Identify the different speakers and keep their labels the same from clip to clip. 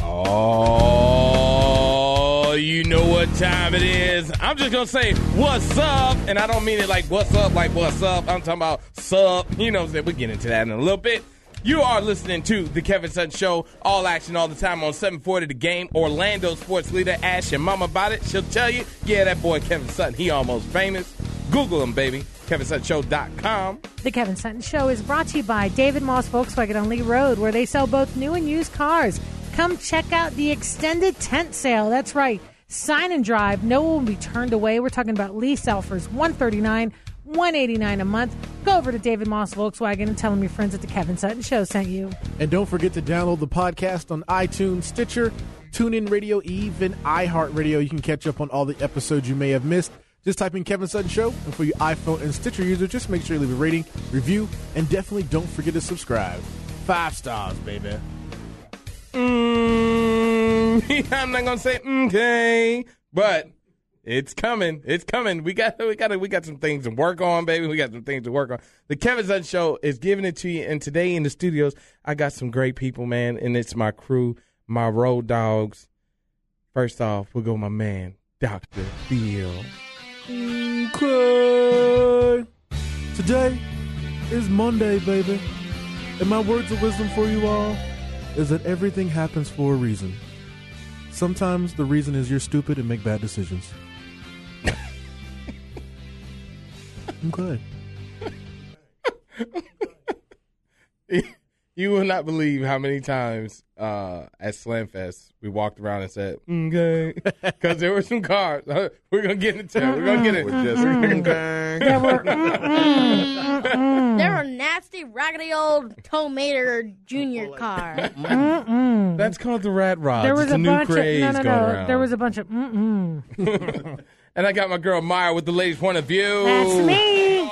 Speaker 1: Oh, time it is. I'm just gonna say what's up, and I don't mean it like what's up, like what's up. I'm talking about sup. You know, what I'm saying? we'll get into that in a little bit. You are listening to the Kevin Sutton Show, all action all the time on 740 The Game. Orlando sports leader ask your mom about it. She'll tell you, yeah, that boy Kevin Sutton, he almost famous. Google him, baby. KevinSuttonShow.com.
Speaker 2: The Kevin Sutton Show is brought to you by David Moss Volkswagen on Lee Road, where they sell both new and used cars. Come check out the extended tent sale. That's right. Sign and drive. No one will be turned away. We're talking about lease offers 139 189 a month. Go over to David Moss Volkswagen and tell them your friends at the Kevin Sutton Show sent you.
Speaker 3: And don't forget to download the podcast on iTunes, Stitcher, TuneIn Radio, even iHeartRadio. You can catch up on all the episodes you may have missed. Just type in Kevin Sutton Show, and for you iPhone and Stitcher users, just make sure you leave a rating, review, and definitely don't forget to subscribe. Five stars, baby.
Speaker 1: Mm, I'm not gonna say okay, but it's coming. It's coming. We got we got we got some things to work on, baby. We got some things to work on. The Kevin Sutton Show is giving it to you, and today in the studios, I got some great people, man, and it's my crew, my road dogs. First off, we'll go my man, Doctor Phil.
Speaker 3: Okay. Today is Monday, baby. And my words of wisdom for you all is that everything happens for a reason. Sometimes the reason is you're stupid and make bad decisions. okay.
Speaker 1: You will not believe how many times uh, at Slamfest we walked around and said, okay. Because there were some cars. We're going to get into it. We're going to
Speaker 4: Uh-uh.
Speaker 1: get it.
Speaker 2: There were, mm-mm, mm-mm,
Speaker 5: They're a nasty, raggedy old Tomater Junior car.
Speaker 2: mm-mm.
Speaker 1: That's called the rat rod.
Speaker 2: There was
Speaker 1: it's a,
Speaker 2: a
Speaker 1: new
Speaker 2: bunch of
Speaker 1: craze
Speaker 2: no, no,
Speaker 1: going
Speaker 2: no.
Speaker 1: around.
Speaker 2: There was a bunch of mm-mm.
Speaker 1: and I got my girl Maya with the ladies' point of view.
Speaker 2: That's me.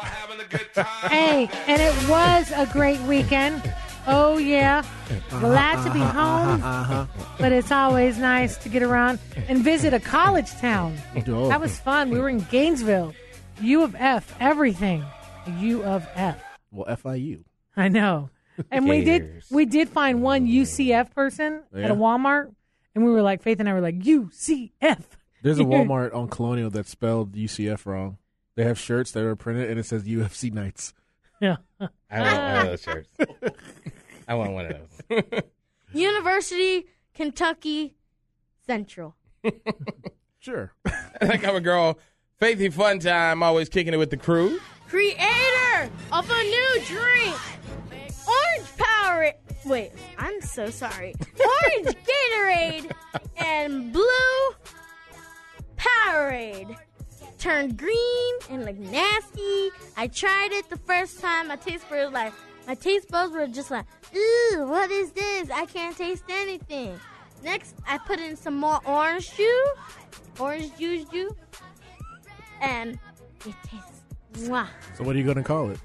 Speaker 2: Hey, and it was a great weekend. Oh yeah, glad to be home. But it's always nice to get around and visit a college town.
Speaker 3: Oh.
Speaker 2: That was fun. We were in Gainesville, U of F, everything, U of F.
Speaker 3: Well, FIU.
Speaker 2: I know. And we did
Speaker 1: Gators.
Speaker 2: we did find one UCF person at
Speaker 3: Yeah.
Speaker 2: a Walmart, and we were like Faith and I were like UCF.
Speaker 3: There's a Walmart on Colonial that's spelled UCF wrong. They have shirts that are printed and it says UFC nights.
Speaker 2: Yeah.
Speaker 1: I want one of those shirts. I want one of those.
Speaker 5: University Kentucky Central.
Speaker 3: Sure.
Speaker 1: and I got my girl Faithy Fun Time, always kicking it with the crew.
Speaker 5: Creator of a new drink. Orange Power. Wait, I'm so sorry. Orange Gatorade and blue Powerade. Turned green and looked nasty. I tried it the first time. My taste buds were like, my taste buds were just like, ooh, what is this? I can't taste anything. Next, I put in some more orange juice, orange juice juice, and it tastes mwah,
Speaker 3: So what are you going to call it?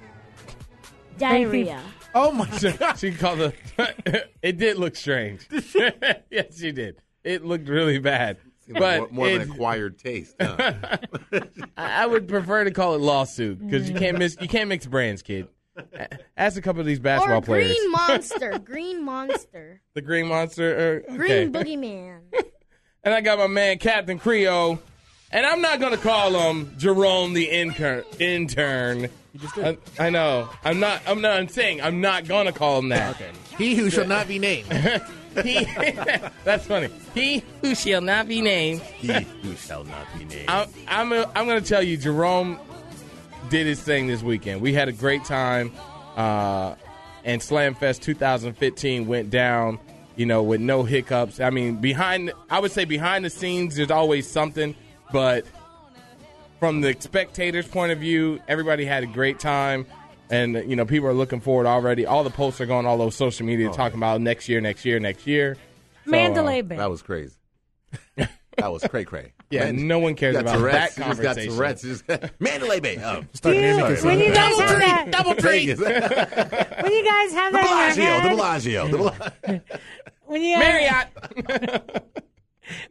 Speaker 5: diarrhea.
Speaker 3: Oh my god.
Speaker 1: She called the. it did look strange. yes, she did. It looked really bad. But
Speaker 4: more, more
Speaker 1: it,
Speaker 4: of an acquired taste. Huh?
Speaker 1: I I would prefer to call it lawsuit because you
Speaker 5: Mm.
Speaker 1: can't miss you can't mix brands, kid. A- Ask a couple of these basketball
Speaker 5: or
Speaker 1: players.
Speaker 5: green monster, green monster,
Speaker 1: the Green Monster. Or, okay.
Speaker 5: green boogeyman.
Speaker 1: and I got my man Captain Creo, and I'm not gonna call him Jerome the intern. Intern. I, I know. I'm not. I'm not. I'm saying I'm not gonna call him that. Okay.
Speaker 3: he who shall not be named.
Speaker 1: He, that's funny. He who shall not be named.
Speaker 4: he who shall not be named.
Speaker 1: I'm I'm, I'm going to tell you, Jerome did his thing this weekend. We had a great time, uh, and Slamfest 2015 went down, you know, with no hiccups. I mean, behind I would say behind the scenes, there's always something, but from the spectators' point of view, everybody had a great time. And you know, people are looking forward already. All the posts are going all over social media talking about next year, next year, next year. So, uh,
Speaker 2: Mandalay Bay.
Speaker 4: That was crazy. That was cray cray.
Speaker 1: Yeah, no one cares
Speaker 4: got
Speaker 1: about
Speaker 4: Tourette's.
Speaker 1: that
Speaker 4: You just got
Speaker 1: conversation.
Speaker 4: Tourette's. You just- Mandalay Bay. Oh,
Speaker 3: Start naming
Speaker 2: Dude,
Speaker 3: yourself.
Speaker 2: when you guys have that,
Speaker 4: double tree.
Speaker 2: when you guys have
Speaker 4: The
Speaker 2: that in your
Speaker 4: Bellagio.
Speaker 2: head,
Speaker 4: The Bellagio. The Bellagio.
Speaker 2: when you guys-
Speaker 1: Marriott.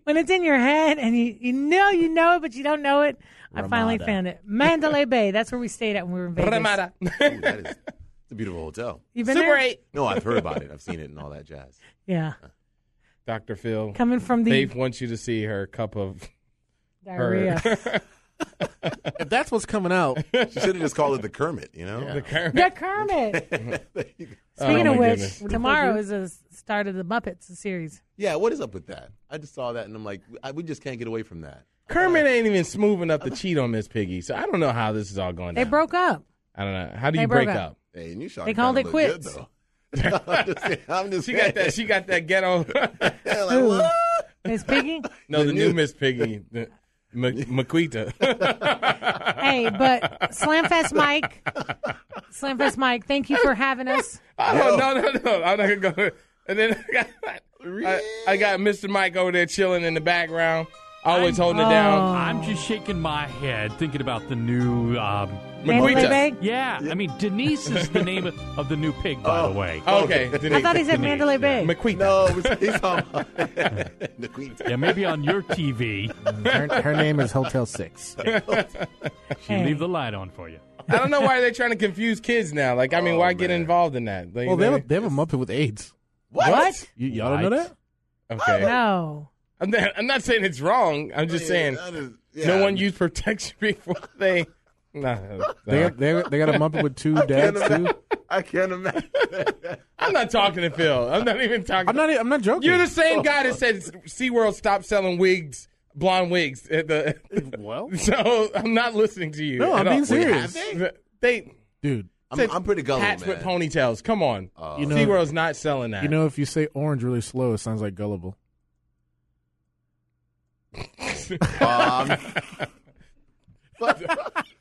Speaker 2: when it's in your head and you, you know you know it but you don't know it i finally
Speaker 3: Ramada.
Speaker 2: found it mandalay bay that's where we stayed at when we were in vegas
Speaker 1: Ramada.
Speaker 4: Ooh, that is, it's a beautiful hotel.
Speaker 2: you've been
Speaker 1: Super
Speaker 2: there?
Speaker 1: 8.
Speaker 4: No, I've heard about it. I've seen it and all that jazz.
Speaker 2: yeah
Speaker 1: Dr. Phil,
Speaker 2: coming from the
Speaker 1: Faith wants you to see her cup of
Speaker 2: Diarrhea.
Speaker 3: If that's what's coming out,
Speaker 4: She should have just called it the Kermit, you know?
Speaker 1: The current.
Speaker 2: The Kermit. Speaking
Speaker 1: Oh,
Speaker 2: of
Speaker 1: my
Speaker 2: which,
Speaker 1: goodness.
Speaker 2: tomorrow is the start of the Muppets series.
Speaker 4: Yeah, what is up with that? I just saw that and I'm like, I, we just can't get away from that.
Speaker 1: Kermit ain't even smooth enough to cheat on Miss Piggy, so I don't know how this is all going
Speaker 2: They
Speaker 1: down.
Speaker 2: broke up.
Speaker 1: I don't know. How do
Speaker 2: They
Speaker 1: you
Speaker 2: broke
Speaker 1: break
Speaker 2: up.
Speaker 1: up?
Speaker 4: Hey, and you shot
Speaker 2: They called
Speaker 4: kinda
Speaker 2: it
Speaker 4: look
Speaker 2: quits.
Speaker 4: Good, though. I'm just saying. I'm just
Speaker 1: She got
Speaker 4: saying.
Speaker 1: that. She got that ghetto.
Speaker 4: Yeah, like, what?
Speaker 2: Miss Piggy.
Speaker 1: no, the, new Miss Piggy, the, M- Maquita.
Speaker 2: hey, but Slamfest Mike, Slamfest Mike, thank you for having us.
Speaker 1: oh no, no, no! I'm not gonna go. there. And then I got, I, I got Mr. Mike over there chilling in the background, always holding it down.
Speaker 6: I'm just shaking my head thinking about the new. Um,
Speaker 2: Mandalay
Speaker 1: Maquita.
Speaker 2: Bay.
Speaker 6: yeah, I mean Denise is the name of, of the new pig, by
Speaker 4: Oh.
Speaker 6: the way.
Speaker 1: Okay,
Speaker 2: I
Speaker 1: Denise.
Speaker 2: thought he said
Speaker 6: Denise,
Speaker 2: Mandalay
Speaker 6: yeah.
Speaker 2: Bay.
Speaker 1: Maquita.
Speaker 4: No, it was, he's talking about the Queen.
Speaker 6: Yeah, maybe on your TV,
Speaker 3: her, her name is Hotel Six.
Speaker 6: she leave the light on for you.
Speaker 1: I don't know why they're trying to confuse kids now. Like, I mean, why get involved in that? Like,
Speaker 3: Well,
Speaker 1: you
Speaker 3: they
Speaker 1: know
Speaker 3: have, a- they have a Muppet with AIDS.
Speaker 4: What?
Speaker 3: You, y'all don't know
Speaker 6: What?
Speaker 3: that?
Speaker 1: Okay.
Speaker 2: No.
Speaker 1: I'm not, I'm not saying it's wrong. I'm just saying
Speaker 4: That is- yeah.
Speaker 1: no one used protection before they. Nah,
Speaker 3: They
Speaker 1: nah.
Speaker 3: got, they, got- they got a Muppet with two dads too.
Speaker 4: I can't imagine.
Speaker 1: I'm not talking to Phil. I'm not even talking.
Speaker 3: I'm not e, I'm not joking.
Speaker 1: You're the same guy that said SeaWorld stopped selling wigs, blonde wigs. At the,
Speaker 3: well,
Speaker 1: so I'm not listening to you.
Speaker 3: No,
Speaker 1: at
Speaker 3: I'm
Speaker 1: all.
Speaker 3: being serious.
Speaker 1: They, they
Speaker 3: dude.
Speaker 4: I'm, I'm pretty gullible,
Speaker 1: hats
Speaker 4: Oh, man. Oh.
Speaker 1: with ponytails. Come on.
Speaker 3: You know,
Speaker 1: SeaWorld's not selling that.
Speaker 3: you know, if you say orange really slow, it sounds like gullible.
Speaker 4: Um,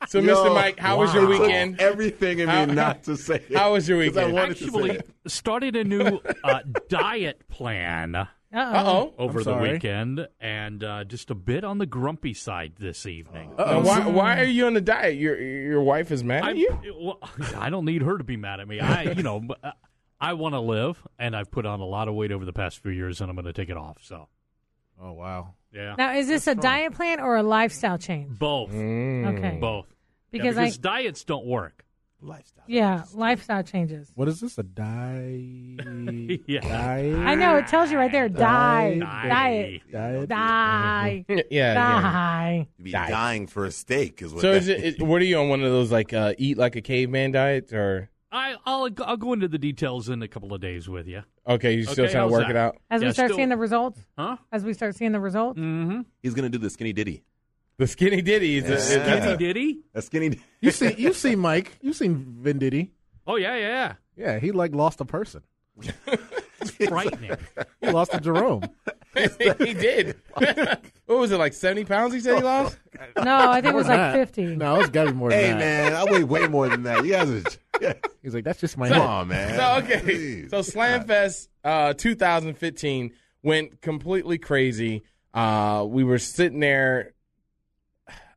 Speaker 1: so, Mr. Mike, how was your
Speaker 4: wow.
Speaker 1: weekend?
Speaker 4: Everything in me
Speaker 1: How-
Speaker 4: not to say it.
Speaker 1: How was your
Speaker 4: 'Cause I
Speaker 1: weekend?
Speaker 4: wanted to say
Speaker 6: Actually,
Speaker 4: it.
Speaker 6: started a new uh, diet plan
Speaker 1: Uh
Speaker 2: Uh oh.
Speaker 1: oh.
Speaker 6: over the
Speaker 3: sorry.
Speaker 6: weekend, and uh, just a bit on the grumpy side this evening.
Speaker 4: Oh.
Speaker 1: Now, why, why are you on the diet? Your your wife is mad at
Speaker 6: I'm-
Speaker 1: you.
Speaker 6: well, I don't need her to be mad at me. I, you know, but, uh, I want to live, and I've put on a lot of weight over the past few years, and I'm going to take it off. So,
Speaker 3: Oh wow.
Speaker 6: yeah,
Speaker 2: Now, is this a diet plan or a lifestyle change?
Speaker 6: both,
Speaker 4: Mm.
Speaker 2: Okay.
Speaker 6: both, Yeah,
Speaker 2: Because I-
Speaker 6: because diets don't work.
Speaker 2: Yeah, lifestyle changes.
Speaker 3: What is this? A die?
Speaker 6: Yeah.
Speaker 3: Diet?
Speaker 2: I know it tells you right there. Die,
Speaker 6: Die.
Speaker 2: diet,
Speaker 3: Diet?
Speaker 2: die,
Speaker 1: Yeah, yeah.
Speaker 2: die.
Speaker 4: You'd be
Speaker 1: Diet.
Speaker 4: dying for a steak is what
Speaker 1: So
Speaker 4: that
Speaker 1: is it, is- what are you on one of those like uh, eat like a caveman diets or
Speaker 6: I, I'll I'll go into the details in a couple of days with you.
Speaker 1: okay, you still
Speaker 6: Okay,
Speaker 1: trying to
Speaker 6: how's
Speaker 1: work
Speaker 6: that?
Speaker 1: it out?
Speaker 2: As we
Speaker 6: Yeah,
Speaker 2: start
Speaker 6: still-
Speaker 2: seeing the results,
Speaker 6: Huh?
Speaker 2: as we start seeing the results,
Speaker 4: He's going to do the skinny ditty.
Speaker 1: The skinny ditty is, is-
Speaker 4: Yeah.
Speaker 6: Diddy Diddy?
Speaker 4: A skinny ditty.
Speaker 3: You see, you see, Mike. You seen Vin Diddy?
Speaker 6: Oh yeah, yeah,
Speaker 3: Yeah, he like lost a person.
Speaker 6: yeah. frightening.
Speaker 3: He lost to Jerome.
Speaker 1: he did. what was it like seventy pounds? He said
Speaker 3: Oh,
Speaker 1: he lost.
Speaker 2: no, I think it was
Speaker 3: Nah.
Speaker 2: like fifty.
Speaker 3: No, it's got to be more than
Speaker 4: Hey,
Speaker 3: that.
Speaker 4: man, I weigh way more than that. You guys are. Yeah.
Speaker 3: He's like, that's just my
Speaker 4: Come
Speaker 3: head.
Speaker 4: on, man.
Speaker 1: No, okay.
Speaker 4: Jeez.
Speaker 1: So Slamfest uh, 2015 went completely crazy. Uh, we were sitting there.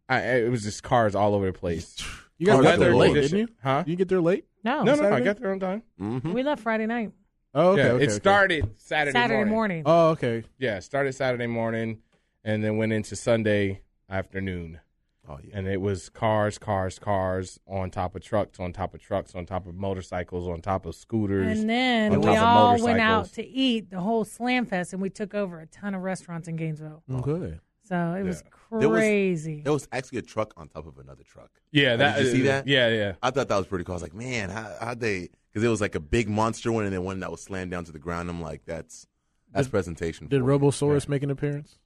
Speaker 1: I, it was just cars all over the place.
Speaker 3: You guys
Speaker 4: Oh,
Speaker 3: got
Speaker 4: that's
Speaker 3: there
Speaker 4: the
Speaker 3: late,
Speaker 4: Lord.
Speaker 3: didn't you?
Speaker 1: Huh?
Speaker 3: You get there late?
Speaker 1: No,
Speaker 2: No,
Speaker 1: no, no. I
Speaker 3: Saturday?
Speaker 1: got there on time.
Speaker 4: Mm-hmm.
Speaker 2: we left Friday night,
Speaker 3: Oh, okay.
Speaker 1: yeah,
Speaker 3: okay,
Speaker 1: it
Speaker 3: okay.
Speaker 1: started Saturday,
Speaker 2: Saturday
Speaker 1: morning.
Speaker 2: morning.
Speaker 3: Oh, okay.
Speaker 1: Yeah, started Saturday morning, and then went into Sunday afternoon.
Speaker 4: Oh, yeah.
Speaker 1: and it was cars, cars, cars on top of trucks, on top of trucks, on top of motorcycles, on top of scooters.
Speaker 2: and
Speaker 1: on
Speaker 2: then we
Speaker 1: top of
Speaker 2: all went out
Speaker 1: motorcycles.
Speaker 2: to eat the whole Slam Fest, and we took over a ton of restaurants in Gainesville.
Speaker 3: Okay.
Speaker 2: So it was
Speaker 4: There was-
Speaker 2: crazy.
Speaker 4: There was actually a truck on top of another truck.
Speaker 1: yeah,
Speaker 4: Did
Speaker 1: that
Speaker 4: you see that?
Speaker 1: Yeah, yeah.
Speaker 4: I thought that was pretty cool. I was like, man, how how they? Because it was like a big monster one, and then one that was slammed down to the ground. I'm like, that's that's presentation.
Speaker 3: Did
Speaker 4: for you.
Speaker 3: Robosaurus make an appearance?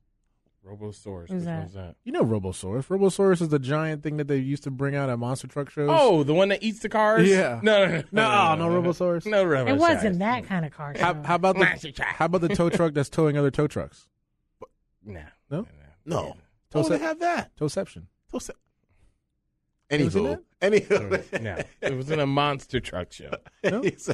Speaker 1: Robosaurus.
Speaker 2: Who's
Speaker 1: Which
Speaker 2: that?
Speaker 1: one's that?
Speaker 3: You know Robosaurus. Robosaurus is the giant thing that they used to bring out at monster truck shows.
Speaker 1: Oh, the one that eats the cars?
Speaker 3: Yeah.
Speaker 1: No, no, no.
Speaker 3: no, no, Robosaurus.
Speaker 1: No, Robosaurus.
Speaker 2: it wasn't that kind of car show.
Speaker 3: How, how about the
Speaker 1: Monster truck.
Speaker 3: how about the tow truck that's towing other tow trucks?
Speaker 1: No.
Speaker 3: No?
Speaker 4: No.
Speaker 3: Tose-
Speaker 4: Oh, they have that.
Speaker 3: Towception.
Speaker 4: Tose-
Speaker 3: was in
Speaker 4: Anywho, anywho,
Speaker 1: No. It was in a monster truck show.
Speaker 4: It's-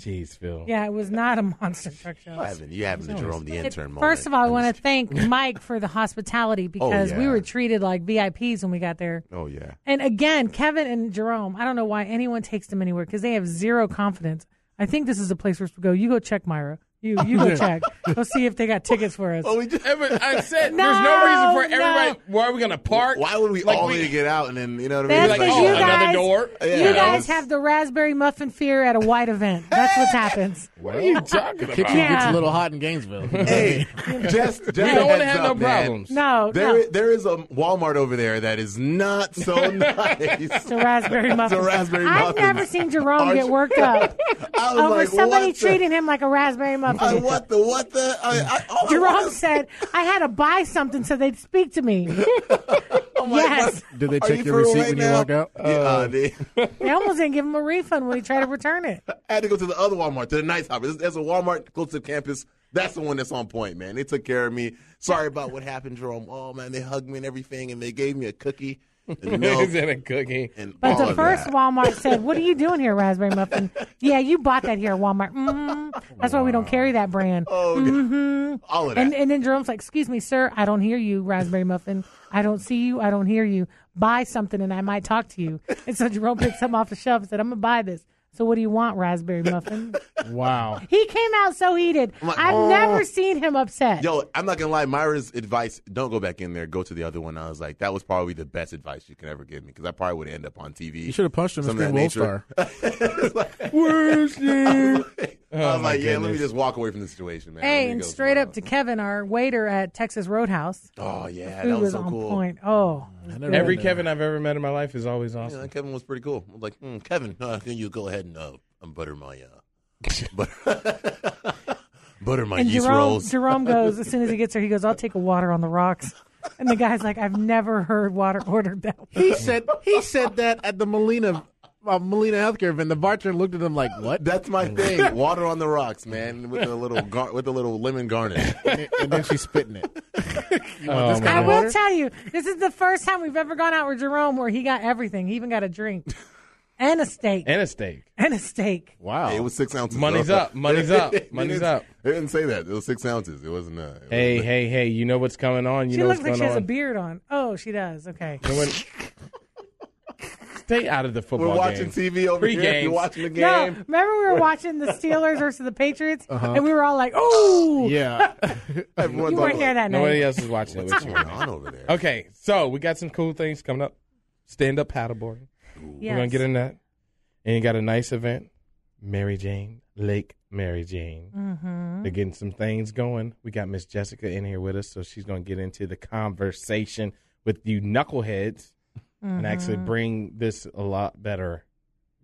Speaker 1: Jeez, Phil.
Speaker 2: yeah, it was not a monster truck show.
Speaker 4: I haven't. You haven't the Jerome the intern moment.
Speaker 2: First of all, I
Speaker 4: I'm
Speaker 2: want to
Speaker 4: just- Oh,
Speaker 2: thank Mike for the hospitality because we
Speaker 4: yeah.
Speaker 2: were treated like VIPs when we got there.
Speaker 4: Oh yeah.
Speaker 2: And again, Kevin and Jerome, I don't know why anyone takes them anywhere because they have zero confidence. I think this is a place where we go. You go check Myra. You you go check. Go see if they got tickets for us.
Speaker 4: Well, we just,
Speaker 1: Every, I said
Speaker 2: No,
Speaker 1: there's no reason for
Speaker 2: no.
Speaker 1: everybody. Why are we gonna park?
Speaker 4: why would we
Speaker 1: Like
Speaker 4: all
Speaker 1: we-
Speaker 4: need to get out and then you know what I mean?
Speaker 2: That's
Speaker 1: Like,
Speaker 2: because
Speaker 1: oh,
Speaker 2: you
Speaker 1: another
Speaker 2: guys,
Speaker 1: door?
Speaker 4: Yeah.
Speaker 2: you guys have the raspberry muffin fear at a white event. That's what happens.
Speaker 1: What are you talking about?
Speaker 7: Kitchen gets
Speaker 2: Yeah.
Speaker 7: a little hot in Gainesville.
Speaker 4: hey, just, just
Speaker 1: We
Speaker 4: a
Speaker 1: don't want to
Speaker 4: heads
Speaker 1: have no
Speaker 4: up, man.
Speaker 1: problems.
Speaker 2: No,
Speaker 4: There,
Speaker 2: no.
Speaker 4: i- there is a Walmart over there that is not so nice.
Speaker 2: the raspberry muffin.
Speaker 4: raspberry
Speaker 2: I've
Speaker 4: muffin.
Speaker 2: never seen Jerome
Speaker 4: Aren't
Speaker 2: get
Speaker 4: you-
Speaker 2: worked up
Speaker 4: I was
Speaker 2: over
Speaker 4: like,
Speaker 2: Oh, somebody
Speaker 4: what
Speaker 2: treating him like a raspberry muffin.
Speaker 4: The, I, what the? What the? I, I, all I
Speaker 2: Jerome
Speaker 4: wanna-
Speaker 2: said, I had to buy something so they'd speak to me.
Speaker 4: Oh
Speaker 2: yes.
Speaker 3: Did they
Speaker 4: Are
Speaker 3: check
Speaker 4: you
Speaker 3: your
Speaker 4: for real
Speaker 3: receipt
Speaker 4: right
Speaker 3: when you
Speaker 4: now?
Speaker 3: walk out?
Speaker 4: Yeah, uh, they-
Speaker 2: They almost didn't give him a refund when he tried to return it.
Speaker 4: I had to go to the other Walmart, to the Nice Hopper. There's, there's a Walmart close to campus. That's the one that's on point, man. They took care of me. Sorry about what happened, Jerome. Oh man, they hugged me and everything, and they gave me a cookie and milk
Speaker 1: Is it a cookie?
Speaker 4: and
Speaker 2: But
Speaker 4: all
Speaker 2: the
Speaker 4: of
Speaker 2: first
Speaker 4: that.
Speaker 2: Walmart said, What are you doing here, Raspberry Muffin? yeah, you bought that here, Walmart. Mm, that's why we don't carry that brand.
Speaker 4: Oh, God. all of that.
Speaker 2: And, and then Jerome's like, Excuse me, sir, I don't hear you, Raspberry Muffin. I don't see you. I don't hear you. Buy something and I might talk to you. And so Jerome picked something off the shelf and said, I'm going to buy this. So what do you want, Raspberry Muffin?
Speaker 7: Wow.
Speaker 2: He came out so heated.
Speaker 4: like,
Speaker 2: I've
Speaker 4: "Oh."
Speaker 2: never seen him upset.
Speaker 4: Yo, I'm not gonna lie. Myra's advice: don't go back in there. Go to the other one. I was like, that was probably the best advice you can ever give me because I probably would end up on TV.
Speaker 3: You should have punched him and
Speaker 4: Something
Speaker 3: screamed
Speaker 4: of that
Speaker 3: World
Speaker 4: nature.
Speaker 3: Star. Oh
Speaker 4: I was like, yeah, let me just walk away from the situation, man. Let
Speaker 2: Hey,
Speaker 4: me
Speaker 2: and
Speaker 4: go
Speaker 2: straight
Speaker 4: somewhere
Speaker 2: up to Kevin, our waiter at Texas Roadhouse.
Speaker 4: else. Oh yeah,
Speaker 2: Food
Speaker 4: that was,
Speaker 2: was,
Speaker 4: so
Speaker 2: on
Speaker 4: cool.
Speaker 2: point. Oh,
Speaker 3: never
Speaker 1: Every
Speaker 3: been there.
Speaker 1: Kevin I've ever met in my life is always
Speaker 4: Yeah,
Speaker 1: awesome.
Speaker 4: that Kevin was pretty cool. I was like, hmm, Kevin, uh, can you go ahead and uh, butter my uh, butter, butter my
Speaker 2: and
Speaker 4: yeast
Speaker 2: Jerome,
Speaker 4: rolls?
Speaker 2: Jerome goes as soon as he gets there. He goes, "I'll take a water on the rocks." And the guy's like, "I've never heard water ordered that." way."
Speaker 7: He said he said that at the Molina uh, Molina healthcare event. The bartender looked at him like, "What?"
Speaker 4: That's my thing. Water on the rocks, man, with a little gar- with a little lemon garnish.
Speaker 7: and, and then she spit in it.
Speaker 1: Oh,
Speaker 2: I
Speaker 1: man.
Speaker 2: will tell you, this is the first time we've ever gone out with Jerome where he got everything. He even got a drink and a steak
Speaker 1: and a steak.
Speaker 2: and a steak.
Speaker 7: Wow.
Speaker 4: Hey, it was six ounces.
Speaker 1: Money's
Speaker 4: though.
Speaker 1: up, money's up,
Speaker 4: They didn't-
Speaker 1: money's up.
Speaker 4: They didn't say that. It was six ounces. It wasn't. Uh, it
Speaker 1: Hey, hey, hey! You know what's coming on. You
Speaker 2: She
Speaker 1: know
Speaker 2: looks
Speaker 1: what's
Speaker 2: like
Speaker 1: going
Speaker 2: she has a
Speaker 1: on.
Speaker 2: beard on. Oh, she does. Okay.
Speaker 1: You know when- Stay out of the football
Speaker 4: We're watching
Speaker 1: game.
Speaker 4: TV over
Speaker 1: Free
Speaker 4: here.
Speaker 1: games.
Speaker 4: You're watching the game.
Speaker 2: No, remember we were watching the Steelers versus the Patriots, and we were all like, "Oh,
Speaker 7: yeah.
Speaker 4: Everyone's
Speaker 2: you
Speaker 4: all
Speaker 2: weren't
Speaker 4: like,
Speaker 2: here that night."
Speaker 1: Nobody else is watching it with
Speaker 4: What's
Speaker 1: you.
Speaker 4: going on over there?
Speaker 1: Okay, so we got some cool things coming up. Stand up paddleboarding.
Speaker 2: Yes.
Speaker 1: We're gonna get in that, and you got a nice event. Mary Jane Lake, Mary Jane.
Speaker 2: Mm-hmm.
Speaker 1: They're getting some things going. We got Miss Jessica in here with us, so she's gonna get into the conversation with you knuckleheads and actually
Speaker 2: Mm-hmm.
Speaker 1: bring this a lot better.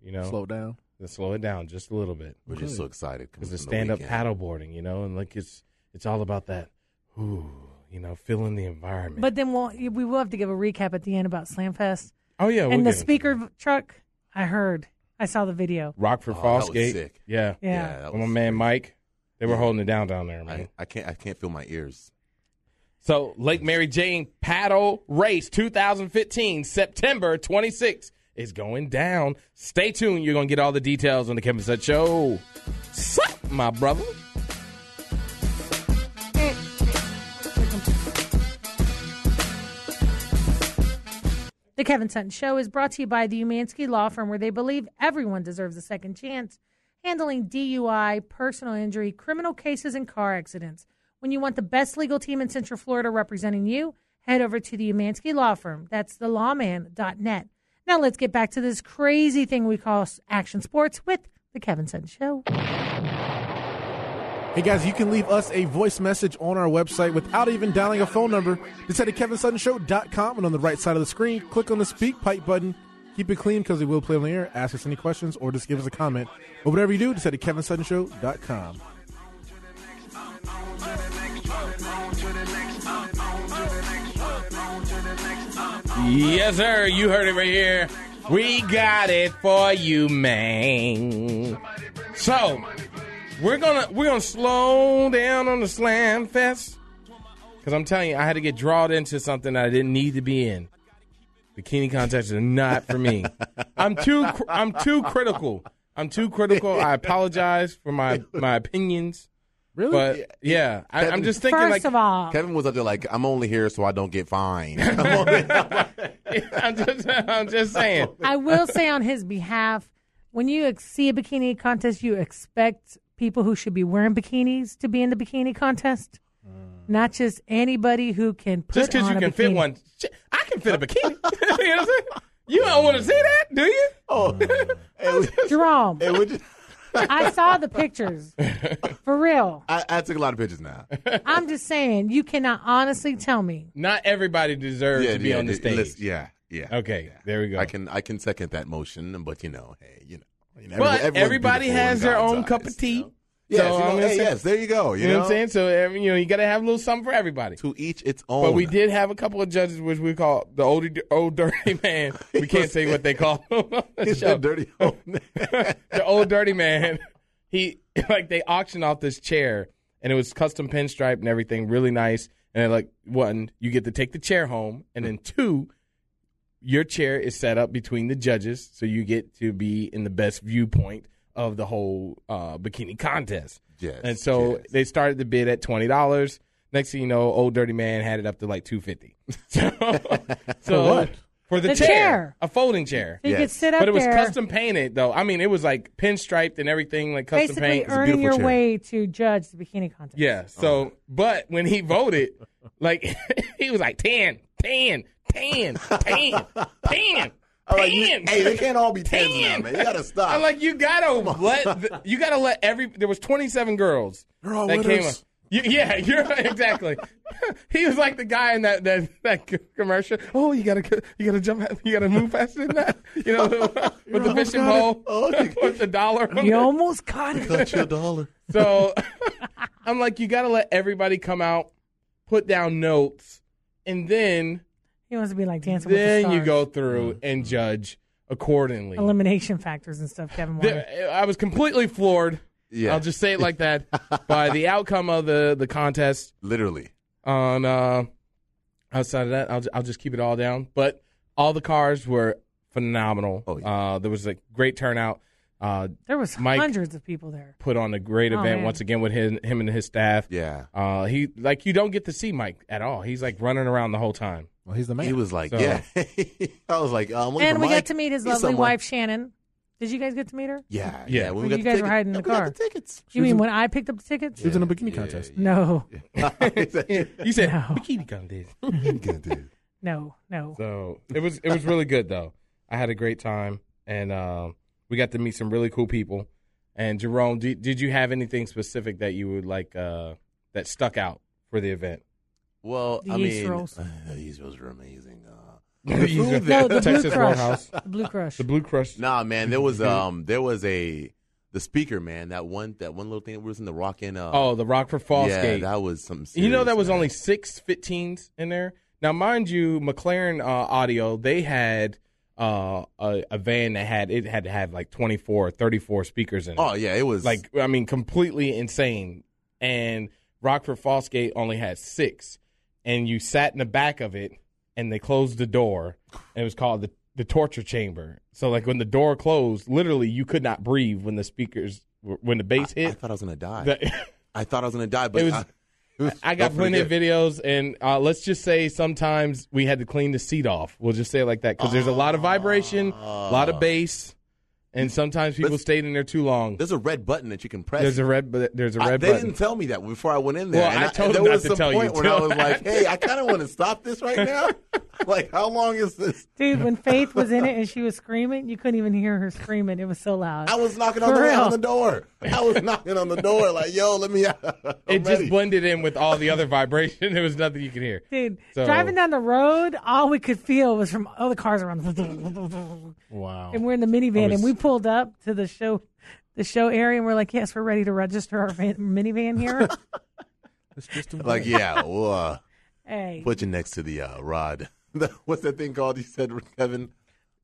Speaker 1: You know,
Speaker 3: Slow down.
Speaker 1: Let's slow it down just a little bit.
Speaker 4: We're just so excited.
Speaker 1: because it's stand up paddleboarding, you know, and like it's it's all about that, ooh, you know, feeling the environment.
Speaker 2: But then we'll we will have to give a recap at the end about Slamfest
Speaker 1: oh yeah, we'll
Speaker 2: and the
Speaker 1: get it.
Speaker 2: speaker v- truck. I heard, I saw the video.
Speaker 1: Rockford
Speaker 4: Oh, that was
Speaker 1: Fosgate,
Speaker 4: sick.
Speaker 1: yeah,
Speaker 2: Yeah.
Speaker 4: that
Speaker 1: With my
Speaker 4: was
Speaker 1: man
Speaker 4: great.
Speaker 1: Mike, they were holding it down down there, man.
Speaker 4: I, I can't. I can't feel my ears.
Speaker 1: So Lake Mary Jane Paddle Race 2015, September 26th is going down. Stay tuned. You're gonna get all the details on the Kevin Sut Show. Sup, my brother.
Speaker 2: The Kevin Sutton Show is brought to you by the Umansky Law Firm, where they believe everyone deserves a second chance. Handling DUI, personal injury, criminal cases, and car accidents. When you want the best legal team in Central Florida representing you, head over to the Umansky Law Firm. That's thelawman.net. Now let's get back to this crazy thing we call s- action sports with the Kevin Sutton Show.
Speaker 3: Hey guys, you can leave us a voice message on our website without even dialing a phone number. Just head to kevinsuttonshow.com and on the right side of the screen, click on the speak pipe button. Keep it clean because we will play on the air. Ask us any questions or just give us a comment. But whatever you do, just head to kevinsuttonshow.com.
Speaker 1: Yes, sir. You heard it right here. We got it for you, man. So we're gonna we're gonna slow down on the slam fest because I'm telling you, I had to get drawn into something that I didn't need to be in. Bikini contests are not for me. I'm too cr- I'm too critical. I'm too critical. I apologize for my my opinions,
Speaker 3: Really?
Speaker 1: but yeah, I, I'm just thinking
Speaker 2: First
Speaker 1: like
Speaker 2: of all,
Speaker 4: Kevin was up there like, I'm only here so I don't get fined. I'm only-
Speaker 1: I'm just I'm just saying.
Speaker 2: I will say on his behalf, when you ex- see a bikini contest, you expect people who should be wearing bikinis to be in the bikini contest, not just anybody who can put
Speaker 1: Mm. Just because
Speaker 2: on
Speaker 1: you
Speaker 2: a
Speaker 1: can fit
Speaker 2: bikini.
Speaker 1: one, shit, I can fit a bikini. you know what I'm saying? You don't want to see that, do you?
Speaker 4: Oh, Hey, we-
Speaker 2: Jerome,
Speaker 4: hey, we just-
Speaker 2: I saw the pictures. For real.
Speaker 4: I, I took a lot of pictures now.
Speaker 2: I'm just saying, you cannot honestly tell me.
Speaker 1: Not everybody deserves to be on the
Speaker 4: it-
Speaker 1: stage.
Speaker 4: listen, yeah, yeah.
Speaker 1: Okay, there we go.
Speaker 4: I can I can second that motion, but you know, hey, you know. you know,
Speaker 1: But
Speaker 4: everyone- everyone's
Speaker 1: everybody
Speaker 4: beautiful in
Speaker 1: has their
Speaker 4: God's
Speaker 1: own cup
Speaker 4: eyes,
Speaker 1: of tea.
Speaker 4: you know? Yes,
Speaker 1: So,
Speaker 4: you know,
Speaker 1: I'm
Speaker 4: hey,
Speaker 1: gonna say-
Speaker 4: yes, there you go. You,
Speaker 1: You know,
Speaker 4: know,
Speaker 1: what I'm saying? So every, you know, you got to have a little something for everybody.
Speaker 4: To each its own.
Speaker 1: But we did have a couple of judges, which we call the old, old dirty man. We can't say what they call him. on the
Speaker 4: It's
Speaker 1: show.
Speaker 4: a dirty old man.
Speaker 1: the old dirty man. He like they auctioned off this chair, and it was custom pinstripe and everything, really nice. And they're like one, you get to take the chair home, and then two, your chair is set up between the judges, so you get to be in the best viewpoint of the whole uh, bikini contest.
Speaker 4: Yes,
Speaker 1: And so
Speaker 4: yes.
Speaker 1: they started the bid at twenty dollars. Next thing you know, old dirty man had it up to like two fifty. So, so
Speaker 3: what?
Speaker 1: For the,
Speaker 2: The
Speaker 1: chair,
Speaker 2: chair.
Speaker 1: a folding chair
Speaker 2: You could
Speaker 4: Yes.
Speaker 2: sit up
Speaker 1: but it was
Speaker 2: there,
Speaker 1: custom painted though. I mean, it was like pinstriped and everything, like custom
Speaker 2: basically
Speaker 1: paint.
Speaker 2: earning your
Speaker 4: chair.
Speaker 2: way to judge the bikini contest.
Speaker 1: yeah. So, but when he voted, like he was like tan, tan, tan, tan, tan,
Speaker 4: I'm like, you-
Speaker 1: tan.
Speaker 4: hey, they can't all be tens now,
Speaker 1: Tan.
Speaker 4: man. You gotta stop.
Speaker 1: I'm like, you gotta let the, you gotta let every. There was 27 girls
Speaker 3: They're all
Speaker 1: that came. Up.
Speaker 3: winners.
Speaker 1: You, yeah, you're exactly. he was like the guy in that that, that c- commercial. Oh, you gotta c- you gotta jump, you gotta move faster than that. You know, with the fishing pole,
Speaker 4: Oh,
Speaker 1: with the dollar. on
Speaker 2: You
Speaker 1: it.
Speaker 2: almost caught it.
Speaker 4: Cut your dollar.
Speaker 1: So I'm like, you got to let everybody come out, put down notes, and then
Speaker 2: He wants to be like dancing with
Speaker 1: then
Speaker 2: the
Speaker 1: you
Speaker 2: Stars.
Speaker 1: go through
Speaker 4: Mm-hmm.
Speaker 1: and judge accordingly.
Speaker 2: elimination factors and stuff. Kevin wanted.
Speaker 1: The- I was completely floored.
Speaker 4: Yeah.
Speaker 1: I'll just say it like that by the outcome of the the contest.
Speaker 4: Literally.
Speaker 1: On uh, outside of that, I'll ju- I'll just keep it all down. But all the cars were phenomenal.
Speaker 4: Oh, yeah.
Speaker 1: uh, there was a great turnout. Uh,
Speaker 2: there was
Speaker 1: Mike-
Speaker 2: hundreds of people there.
Speaker 1: put on a great
Speaker 2: Oh,
Speaker 1: event
Speaker 2: man.
Speaker 1: once again with him, him and his staff.
Speaker 4: Yeah.
Speaker 1: Uh, he like you don't get to see Mike at all. He's like running around the whole time.
Speaker 3: Well, he's the man.
Speaker 4: He was like,
Speaker 1: So-
Speaker 4: yeah. I was like, um, looking
Speaker 2: and
Speaker 4: for
Speaker 2: we
Speaker 4: Mike.
Speaker 2: got to meet his
Speaker 4: He's
Speaker 2: lovely
Speaker 4: someone.
Speaker 2: wife Shannon. Did you guys get to meet her?
Speaker 4: Yeah,
Speaker 1: Yeah.
Speaker 4: yeah. When
Speaker 2: When
Speaker 4: we got
Speaker 2: you
Speaker 4: the
Speaker 2: guys were
Speaker 4: ticket-
Speaker 2: hiding in the
Speaker 4: we got
Speaker 2: car.
Speaker 4: tickets.
Speaker 2: You mean when I picked up the tickets?
Speaker 3: She was in a bikini contest.
Speaker 2: No,
Speaker 1: You said
Speaker 2: No.
Speaker 1: bikini contest.
Speaker 2: no, no.
Speaker 1: so it was it was really good though. I had a great time, and uh, we got to meet some really cool people. And Jerome, did, did you have anything specific that you would like uh, that stuck out for the event?
Speaker 4: Well,
Speaker 2: The
Speaker 4: I
Speaker 2: yeast
Speaker 4: mean,
Speaker 2: rolls.
Speaker 4: uh, yeast rolls were amazing. Uh,
Speaker 2: No, the Blue
Speaker 1: Texas
Speaker 2: Crush.
Speaker 1: Roadhouse,
Speaker 2: The Blue Crush.
Speaker 1: the Blue Crush.
Speaker 4: Nah, man, there was um, there was a the speaker, man. That one, that one little thing that was in the rock in. Uh,
Speaker 1: Oh, the Rockford Falls
Speaker 4: yeah,
Speaker 1: Gate.
Speaker 4: that was some. Serious,
Speaker 1: you know that was
Speaker 4: man.
Speaker 1: only six 15s in there. Now, mind you, McLaren uh, Audio they had uh, a, a van that had it had to have like 24, 34 speakers in it.
Speaker 4: Oh yeah, it was
Speaker 1: Like I mean, completely insane. And Rockford Fosgate only had six, and you sat in the back of it, and they closed the door, and it was called the the torture chamber. So like when the door closed, literally you could not breathe when the speakers when the bass
Speaker 4: I
Speaker 1: hit.
Speaker 4: thought I was gonna die.
Speaker 1: The-
Speaker 4: I thought I was gonna die, but
Speaker 1: It was-
Speaker 4: I, it was-
Speaker 1: I got
Speaker 4: don't
Speaker 1: plenty of
Speaker 4: forget.
Speaker 1: videos, and uh, let's just say sometimes we had to clean the seat off. We'll just say it like that because there's a lot of vibration, a lot
Speaker 4: Ah.
Speaker 1: of bass, and sometimes people
Speaker 4: Let's-
Speaker 1: stayed in there too long.
Speaker 4: There's a red button that you can press.
Speaker 1: There's a red, bu- there's a
Speaker 4: I-
Speaker 1: red
Speaker 4: they
Speaker 1: button.
Speaker 4: didn't tell me that before I went in there.
Speaker 1: Well,
Speaker 4: and
Speaker 1: I told
Speaker 4: there
Speaker 1: them not
Speaker 4: was
Speaker 1: to
Speaker 4: some
Speaker 1: tell you
Speaker 4: point when I
Speaker 1: too.
Speaker 4: was like, "Hey, I kind of want to stop this right now. like, how long is this?"
Speaker 2: Dude, when Faith was in it and she was screaming, you couldn't even hear her screaming. It was so loud.
Speaker 4: I was knocking on
Speaker 2: For
Speaker 4: the,
Speaker 2: real.
Speaker 4: on the door. I was knocking on the door, like, "Yo, let me out." I'm
Speaker 1: it
Speaker 4: ready.
Speaker 1: just blended in with all the other vibration. There was nothing you could hear.
Speaker 2: Dude,
Speaker 1: So-
Speaker 2: driving down the road, all we could feel was from all the cars around.
Speaker 3: Wow.
Speaker 2: And we're in the minivan,
Speaker 1: I was-
Speaker 2: and we pulled up to the show, the show area, and we're like, "Yes, we're ready to register our van, minivan here."
Speaker 3: It's just a
Speaker 4: like, yeah, we'll uh,
Speaker 2: hey,
Speaker 4: put you next to the uh, rod. The- What's that thing called? You said, Kevin,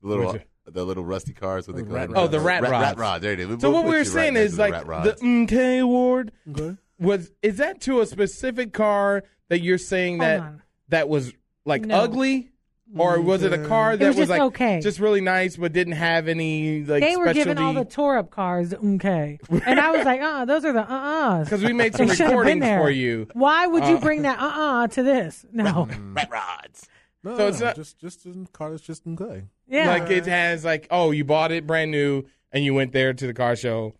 Speaker 4: the little
Speaker 1: Which-
Speaker 4: the little rusty cars. What they call
Speaker 3: rat
Speaker 4: it?
Speaker 1: rod. Oh, the rat rods.
Speaker 4: Rat rod. There it is.
Speaker 1: So
Speaker 4: We'll
Speaker 1: what we
Speaker 4: put
Speaker 1: were
Speaker 4: you right
Speaker 1: saying
Speaker 4: next
Speaker 1: is
Speaker 4: to
Speaker 1: like
Speaker 4: the rat rods.
Speaker 1: the MK award
Speaker 3: Okay.
Speaker 1: was is that to a specific car that you're saying
Speaker 2: Hold
Speaker 1: that
Speaker 2: on.
Speaker 1: that was like
Speaker 2: No.
Speaker 1: ugly? Or was it
Speaker 3: Mm-hmm.
Speaker 1: a car that
Speaker 2: was just
Speaker 1: like
Speaker 2: okay.
Speaker 1: just really nice but didn't have any like
Speaker 2: they were giving all
Speaker 1: specialty-
Speaker 2: the tore up cars, okay, and I was like, "Uh, uh those are the uh uhs."
Speaker 1: Because we made some
Speaker 2: They should've been
Speaker 1: recordings
Speaker 2: there.
Speaker 1: for you.
Speaker 2: Why would you bring that uh uh to this? No,
Speaker 4: rat rods.
Speaker 3: No,
Speaker 1: So
Speaker 3: no,
Speaker 1: it's
Speaker 3: no,
Speaker 1: not-
Speaker 3: just just in car that's just in clay.
Speaker 2: yeah,
Speaker 1: Like it has like, oh, you bought it brand new and you went there to the car show.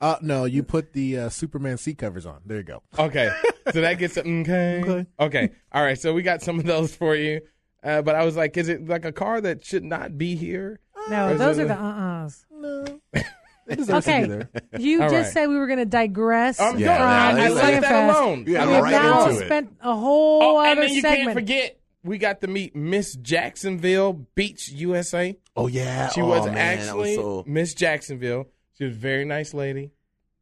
Speaker 3: Uh, no, you put the uh, Superman seat covers on. There you go.
Speaker 1: Okay, so that gets okay. okay. all right. So we got some of those for you, uh, but I was like, is it like a car that should not be here?
Speaker 2: No,
Speaker 1: Is
Speaker 2: those
Speaker 1: it
Speaker 2: are the
Speaker 1: like-
Speaker 2: uh-uhs.
Speaker 3: It deserves to be
Speaker 2: Okay,
Speaker 3: there.
Speaker 2: you
Speaker 1: All
Speaker 2: just
Speaker 1: right.
Speaker 2: said we were going to digress.
Speaker 1: I'm done.
Speaker 4: Yeah, no,
Speaker 1: Um, I
Speaker 4: it's
Speaker 1: left
Speaker 4: like-
Speaker 1: that alone.
Speaker 4: Yeah,
Speaker 2: And
Speaker 4: I'm
Speaker 2: we've
Speaker 4: right
Speaker 2: now
Speaker 4: into it.
Speaker 2: spent a whole
Speaker 1: Oh,
Speaker 2: other
Speaker 1: and then you
Speaker 2: segment.
Speaker 1: can't forget we got to meet Miss Jacksonville Beach, USA.
Speaker 4: Oh yeah,
Speaker 1: She
Speaker 4: oh,
Speaker 1: was
Speaker 4: man, that
Speaker 1: actually
Speaker 4: so-
Speaker 1: Miss Jacksonville. She was a very nice lady,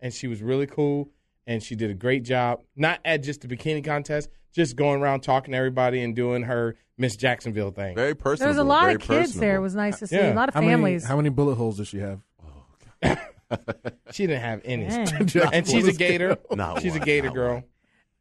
Speaker 1: and she was really cool, and she did a great job. Not at just the bikini contest, just going around talking to everybody and doing her Miss Jacksonville thing.
Speaker 4: very personal.
Speaker 2: There was a lot of kids there. It was nice to see.
Speaker 1: Yeah.
Speaker 2: A lot of
Speaker 3: How
Speaker 2: families.
Speaker 3: many, how many bullet holes does she have?
Speaker 1: She didn't have any,
Speaker 2: Dang.
Speaker 1: and she's a Gator.
Speaker 4: Not
Speaker 1: she's
Speaker 4: one,
Speaker 1: a Gator
Speaker 4: not
Speaker 1: girl.
Speaker 4: They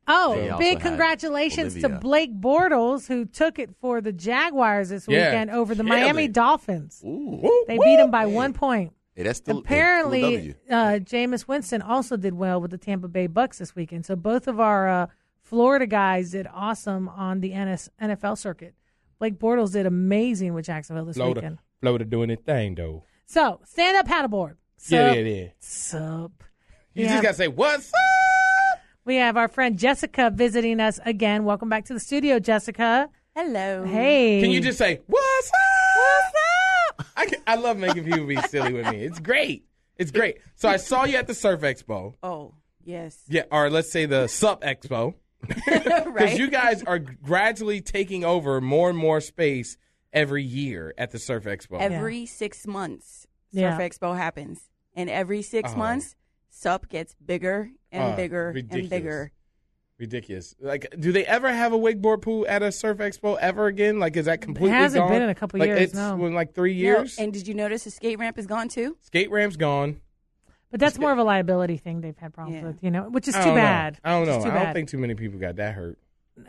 Speaker 2: Oh,
Speaker 4: also
Speaker 2: big
Speaker 4: had
Speaker 2: congratulations to
Speaker 4: Olivia.
Speaker 2: Blake Bortles, who took it for the Jaguars this
Speaker 1: Yeah.
Speaker 2: weekend over the
Speaker 1: Killed
Speaker 2: Miami
Speaker 1: it.
Speaker 2: Dolphins.
Speaker 4: Ooh,
Speaker 2: They beat them by one point.
Speaker 4: Hey, that's still, that's still a
Speaker 2: Apparently,
Speaker 4: W.
Speaker 2: uh, Jameis Winston also did well with the Tampa Bay Bucks this weekend. So both of our uh, Florida guys did awesome on the NS- NFL circuit. Blake Bortles did amazing with Jacksonville this
Speaker 1: Florida,
Speaker 2: weekend.
Speaker 1: Florida doing its thing though.
Speaker 2: So stand up paddleboard. Sup,
Speaker 1: Yeah, yeah, yeah.
Speaker 2: sup.
Speaker 1: You
Speaker 2: Yeah.
Speaker 1: just gotta say what's up.
Speaker 2: We have our friend Jessica visiting us again. Welcome back to the studio, Jessica.
Speaker 8: Hello.
Speaker 2: Hey.
Speaker 1: Can you just say what's up? What's up? I, can- I love making people be silly with me. It's great. It's great. So I saw you at the Surf Expo.
Speaker 8: Oh, yes.
Speaker 1: Yeah, or let's say the Sup Expo. Because
Speaker 8: right.
Speaker 1: you guys are gradually taking over more and more space every year at the Surf Expo.
Speaker 8: every six months,
Speaker 2: Yeah.
Speaker 8: Surf Expo happens. And every six
Speaker 1: Oh.
Speaker 8: months, SUP gets bigger and
Speaker 1: Oh,
Speaker 8: bigger
Speaker 1: ridiculous.
Speaker 8: and bigger.
Speaker 1: Ridiculous. Like, do they ever have a wakeboard pool at a Surf Expo ever again? Like, is that completely
Speaker 2: hasn't
Speaker 1: gone?
Speaker 2: been in a couple
Speaker 1: like,
Speaker 2: years,
Speaker 1: It's
Speaker 2: no.
Speaker 1: been like three
Speaker 8: No,
Speaker 1: years.
Speaker 8: and did you notice the skate ramp is gone too?
Speaker 1: Skate ramp's gone.
Speaker 2: But that's more of a liability thing they've had problems
Speaker 8: Yeah.
Speaker 2: with, you know, which is
Speaker 1: I
Speaker 2: too
Speaker 1: don't know.
Speaker 2: bad.
Speaker 1: I don't
Speaker 2: Which
Speaker 1: know.
Speaker 2: is Too
Speaker 1: I don't
Speaker 2: bad.
Speaker 1: think too many people got that hurt.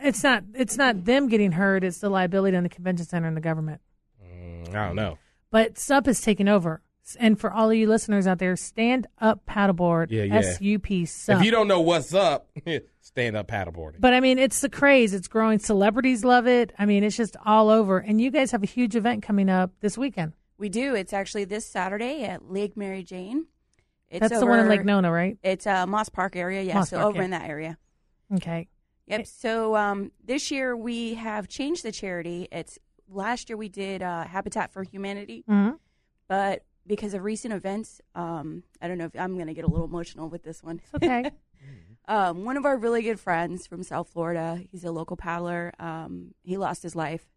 Speaker 2: it's not it's not them getting hurt, it's the liability on the convention center and the government.
Speaker 1: Mm, I don't know.
Speaker 2: But SUP is taking over. And for all of you listeners out there, stand up paddleboard.
Speaker 1: Yeah, yeah.
Speaker 2: S U P SUP.
Speaker 1: If you don't know what's up, stand up paddleboarding.
Speaker 2: But I mean, it's the craze. It's growing. Celebrities love it. I mean, it's just all over. And you guys have a huge event coming up this weekend.
Speaker 8: We do. It's actually this Saturday at Lake Mary Jane. It's
Speaker 2: That's the one in
Speaker 8: over-
Speaker 2: Lake Nona, right?
Speaker 8: It's uh, Moss Park area. Yeah,
Speaker 2: Moss
Speaker 8: so
Speaker 2: Park,
Speaker 8: over
Speaker 2: yeah.
Speaker 8: in that area.
Speaker 2: Okay.
Speaker 8: Yep. So um, this year we have changed the charity. It's last year we did uh, Habitat for Humanity,
Speaker 2: hmm
Speaker 8: but because of recent events, um, I don't know if I'm going to get a little emotional with this one.
Speaker 2: It's okay.
Speaker 8: Um, one of our really good friends from South Florida, he's a local paddler. Um, he lost his life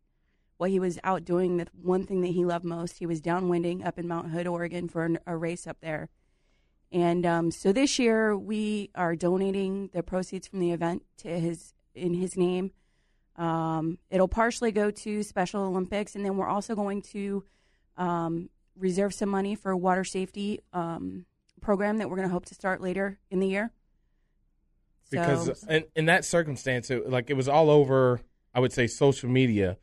Speaker 8: while he was out doing the one thing that he loved most. He was downwinding up in Mount Hood, Oregon, for an, a race up there. And um, so this year we are donating the proceeds from the event to his in his name. Um, it'll partially go to Special Olympics, and then we're also going to um, reserve some money for a water safety um, program that we're going to hope to start later in the year.
Speaker 1: because
Speaker 8: so,
Speaker 1: in, in that circumstance, it, like it was all over. I would say social media,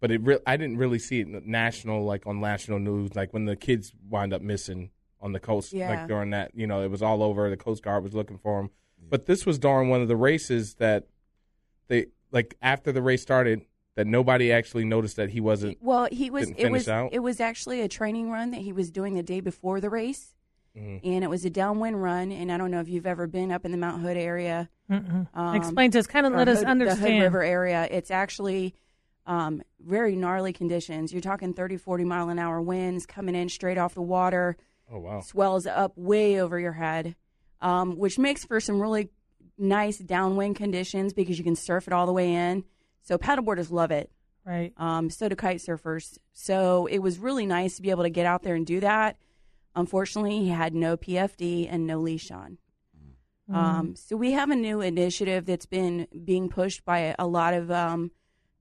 Speaker 1: but it re- I didn't really see it n- national, like on national news, like when the kids wind up missing on the coast,
Speaker 8: Yeah.
Speaker 1: like during that. You know, it was all over. The Coast Guard was looking for them, but this was during one of the races that they like after the race started that nobody actually noticed that he wasn't.
Speaker 8: well, he was.
Speaker 1: didn't
Speaker 8: It was.
Speaker 1: finish out?
Speaker 8: It was actually a training run that he was doing the day before the race,
Speaker 1: Mhm.
Speaker 8: and it was a downwind run. And I don't know if you've ever been up in the Mount Hood area.
Speaker 2: Mm-mm.
Speaker 8: Um,
Speaker 2: Mm-hmm. Explain to us, kind of let
Speaker 8: or
Speaker 2: us
Speaker 8: Hood- The Hood
Speaker 2: understand.
Speaker 8: River area, it's actually um, very gnarly conditions. You're talking 30, 40 mile an hour winds coming in straight off the water,
Speaker 1: Oh wow!
Speaker 8: swells up way over your head, um, which makes for some really nice downwind conditions because you can surf it all the way in. So paddleboarders love it.
Speaker 2: Right.
Speaker 8: Um, so do kite surfers. So it was really nice to be able to get out there and do that. Unfortunately, he had no PFD and no leash on. Um, so we have a new initiative that's been being pushed by a lot of, um,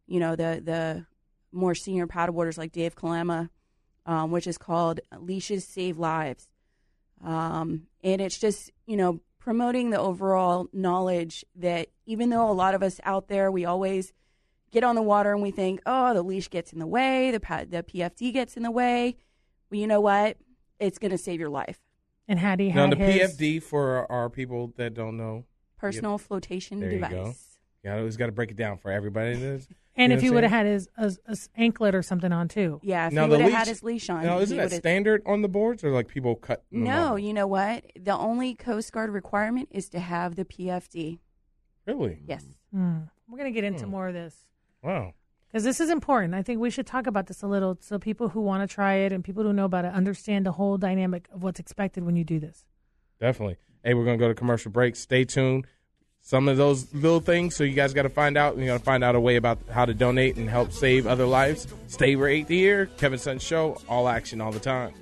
Speaker 8: you know, the the more senior paddleboarders like Dave Kalama, um, which is called Leashes Save Lives, um, and it's just you know promoting the overall knowledge that even though a lot of us out there we always get on the water and we think, oh, the leash gets in the way, the pa- the PFD gets in the way. Well, you know what? It's going to save your life.
Speaker 2: And Hattie
Speaker 1: Now
Speaker 2: had
Speaker 1: the
Speaker 2: his.
Speaker 1: PFD for our people that don't know,
Speaker 8: Personal flotation
Speaker 1: There you go.
Speaker 8: device.
Speaker 1: you You know, I always got to break it down for everybody. There's- you
Speaker 2: And
Speaker 1: know
Speaker 2: if
Speaker 1: what
Speaker 2: he
Speaker 1: I'm
Speaker 2: would have
Speaker 1: saying?
Speaker 2: had his, his, his anklet or something on too.
Speaker 8: Yeah, if
Speaker 1: Now,
Speaker 8: he
Speaker 1: the
Speaker 8: would have
Speaker 1: leash-
Speaker 8: had his leash on,
Speaker 1: Now,
Speaker 8: he
Speaker 1: isn't that
Speaker 8: would've-
Speaker 1: standard on the boards, or like people cut? them
Speaker 8: No,
Speaker 1: off?
Speaker 8: you know what? The only Coast Guard requirement is to have the PFD.
Speaker 1: really?
Speaker 8: Yes.
Speaker 2: Hmm. We're going to get into more of this
Speaker 1: Wow.
Speaker 2: because this is important. I think we should talk about this a little so people who want to try it and people who know about it understand the whole dynamic of what's expected when you do this.
Speaker 1: Definitely. Hey, we're gonna go to commercial break. Stay tuned. Some of those little things, so you guys got to find out. You got to find out a way about how to donate and help save other lives. Stay right here. Kevin Sun Show, all action, all the time.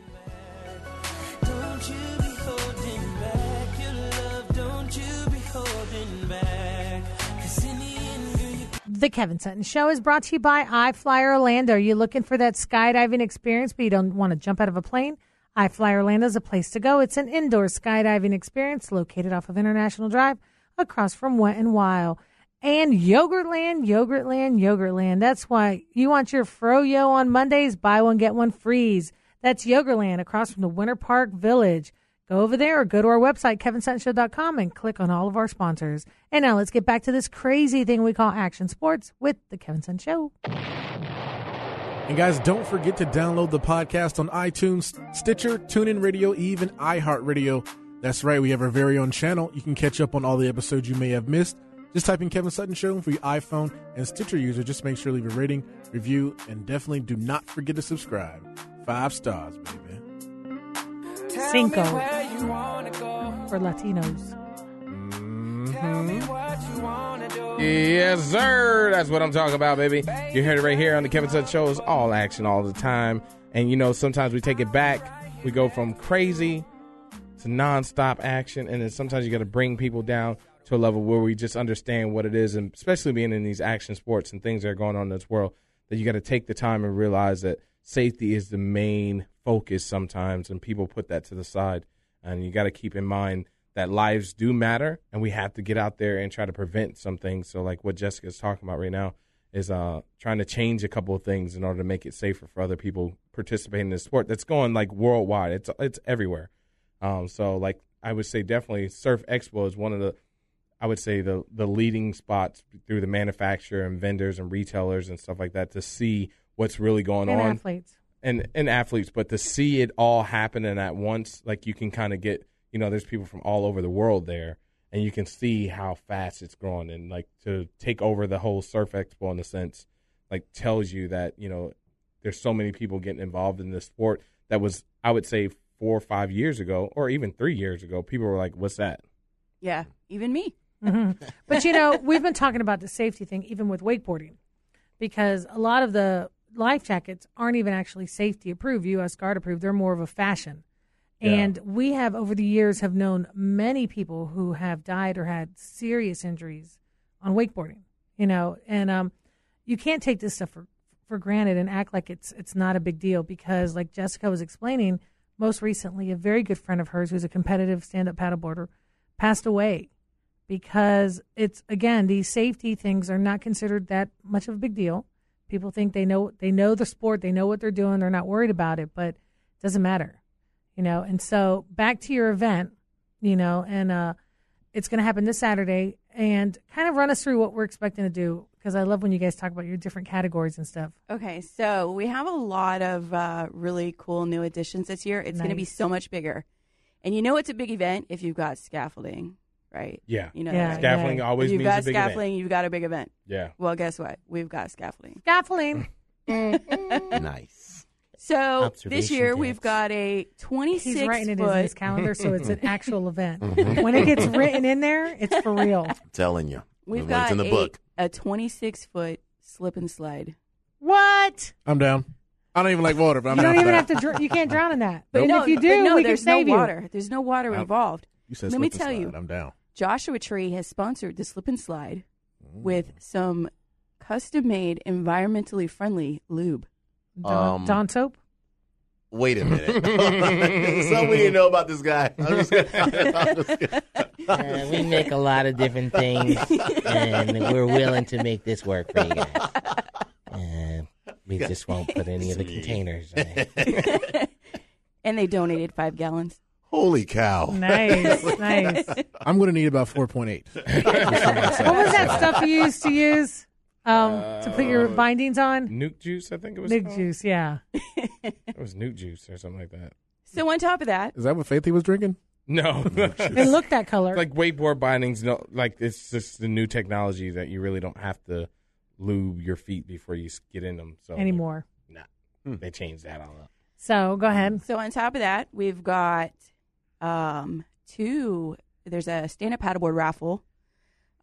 Speaker 9: Don't you be holding back your love, don't you be holding back. 'Cause in the end, girl, you
Speaker 2: The Kevin Sutton Show is brought to you by iFly Orlando. Are you looking for that skydiving experience, but you don't want to jump out of a plane? iFly Orlando is a place to go. It's an indoor skydiving experience located off of International Drive across from Wet and Wild. And Yogurtland, Yogurtland, Yogurtland. That's why you want your froyo on Mondays, buy one, get one freeze. That's Yogurtland across from the Winter Park Village. Go over there or go to our website, kevinsuttonshow.com, and click on all of our sponsors. And now let's get back to this crazy thing we call action sports with the Kevin Sutton Show.
Speaker 3: And guys, don't forget to download the podcast on iTunes, Stitcher, TuneIn Radio, even iHeartRadio. That's right, we have our very own channel. You can catch up on all the episodes you may have missed. Just type in Kevin Sutton Show and for your iPhone and Stitcher user. Just make sure to leave a rating, review, and definitely do not forget to subscribe. Five stars, baby.
Speaker 9: tell
Speaker 2: Cinco.
Speaker 9: me where you wanna go.
Speaker 2: For Latinos,
Speaker 9: Tell me what you wanna do.
Speaker 1: Yes, sir. That's what I'm talking about, baby. You heard it right here on the Kevin Sutton Show. It's all action all the time. And you know, sometimes we take it back. We go from crazy to nonstop action, and then sometimes you got to bring people down to a level where we just understand what it is, and especially being in these action sports and things that are going on in this world, that you got to take the time and realize that safety is the main focus sometimes, and people put that to the side, and you got to keep in mind that lives do matter, and we have to get out there and try to prevent some things. So, like what Jessica's talking about right now is uh, trying to change a couple of things in order to make it safer for other people participating in this sport that's going like worldwide. It's it's everywhere. Um, so like I would say definitely Surf Expo is one of the I would say the the leading spots through the manufacturer and vendors and retailers and stuff like that to see what's really going
Speaker 2: and
Speaker 1: on
Speaker 2: athletes.
Speaker 1: and and athletes, but to see it all happening at once, like you can kind of get, you know, there's people from all over the world there, and you can see how fast it's growing, and like to take over the whole surf expo in a sense, like tells you that you know there's so many people getting involved in this sport that was I would say four or five years ago, or even three years ago, people were like, "What's that?"
Speaker 8: Yeah, even me.
Speaker 2: But you know, we've been talking about the safety thing even with wakeboarding because a lot of the life jackets aren't even actually safety approved, US Guard approved. They're more of a fashion. And we have over the years have known many people who have died or had serious injuries on wakeboarding, you know, and um you can't take this stuff for for granted and act like it's it's not a big deal because like Jessica was explaining most recently a very good friend of hers who's a competitive stand-up paddleboarder passed away because it's again these safety things are not considered that much of a big deal. People think they know they know the sport, they know what they're doing, they're not worried about it, but it doesn't matter, you know. And so back to your event, you know, and uh, it's going to happen this Saturday, and kind of run us through what we're expecting to do because I love when you guys talk about your different categories and stuff.
Speaker 8: Okay, so we have a lot of uh, really cool new additions this year. It's going to be
Speaker 2: Nice.
Speaker 8: so much bigger. And you know it's a big event if you've got scaffolding, right?
Speaker 1: Yeah,
Speaker 8: You know
Speaker 2: Yeah,
Speaker 8: that, right?
Speaker 1: scaffolding
Speaker 2: yeah.
Speaker 1: always
Speaker 8: if you've
Speaker 1: means
Speaker 8: got
Speaker 1: a big event.
Speaker 8: scaffolding, you've got a big event.
Speaker 1: Yeah,
Speaker 8: Well, guess what? We've got scaffolding.
Speaker 2: Scaffolding,
Speaker 4: nice.
Speaker 8: So this
Speaker 4: Observation
Speaker 8: year
Speaker 4: dance.
Speaker 8: we've got a
Speaker 2: he's
Speaker 8: 26
Speaker 2: writing it in his
Speaker 8: foot.
Speaker 2: calendar, so it's an actual event. when it gets written in there, it's for real.
Speaker 4: I'm telling you.
Speaker 8: We've
Speaker 4: It's
Speaker 8: got
Speaker 4: in the
Speaker 8: a,
Speaker 4: book.
Speaker 8: a 26 foot slip and slide.
Speaker 2: What?
Speaker 3: I'm down. I don't even like water, but I'm
Speaker 2: you
Speaker 3: down
Speaker 2: don't
Speaker 3: for
Speaker 2: even
Speaker 3: that.
Speaker 2: have to. Dr- you can't drown in that.
Speaker 8: But
Speaker 2: and
Speaker 8: no,
Speaker 2: if you
Speaker 8: but
Speaker 2: do,
Speaker 8: no,
Speaker 2: we can
Speaker 8: there's
Speaker 2: save
Speaker 8: no
Speaker 2: you.
Speaker 8: water. There's no water
Speaker 3: Wow.
Speaker 8: involved.
Speaker 3: You said
Speaker 8: Let me
Speaker 3: slip and
Speaker 8: tell you.
Speaker 3: slide. I'm down.
Speaker 8: Joshua Tree has sponsored the slip and slide with some custom made, environmentally friendly lube.
Speaker 2: Dawn,
Speaker 4: Um,
Speaker 2: Dawn soap.
Speaker 4: Wait a minute. Something we didn't know about this guy. I'm just I'm just kidding.
Speaker 10: Uh, we make a lot of different things, and we're willing to make this work for you guys. Uh, we just won't put any of the containers. on it.
Speaker 8: And they donated five gallons.
Speaker 4: Holy cow.
Speaker 2: Nice, nice. What
Speaker 7: I'm going to need about 4.8.
Speaker 2: was that stuff you used to use um, to put your bindings on?
Speaker 1: Nuke juice, I think it was.
Speaker 2: Big
Speaker 1: called.
Speaker 2: juice, yeah.
Speaker 1: It was nuke juice or something like that.
Speaker 8: So on top of that,
Speaker 7: Is that what Faithy was drinking?
Speaker 1: No,
Speaker 2: It looked that color.
Speaker 1: like wakeboard bindings. No, like it's just the new technology that you really don't have to lube your feet before you s- get in them. So
Speaker 2: anymore.
Speaker 1: Nah, they changed that all up.
Speaker 2: So go ahead.
Speaker 8: so on top of that, we've got um, two. There's a stand-up paddleboard raffle.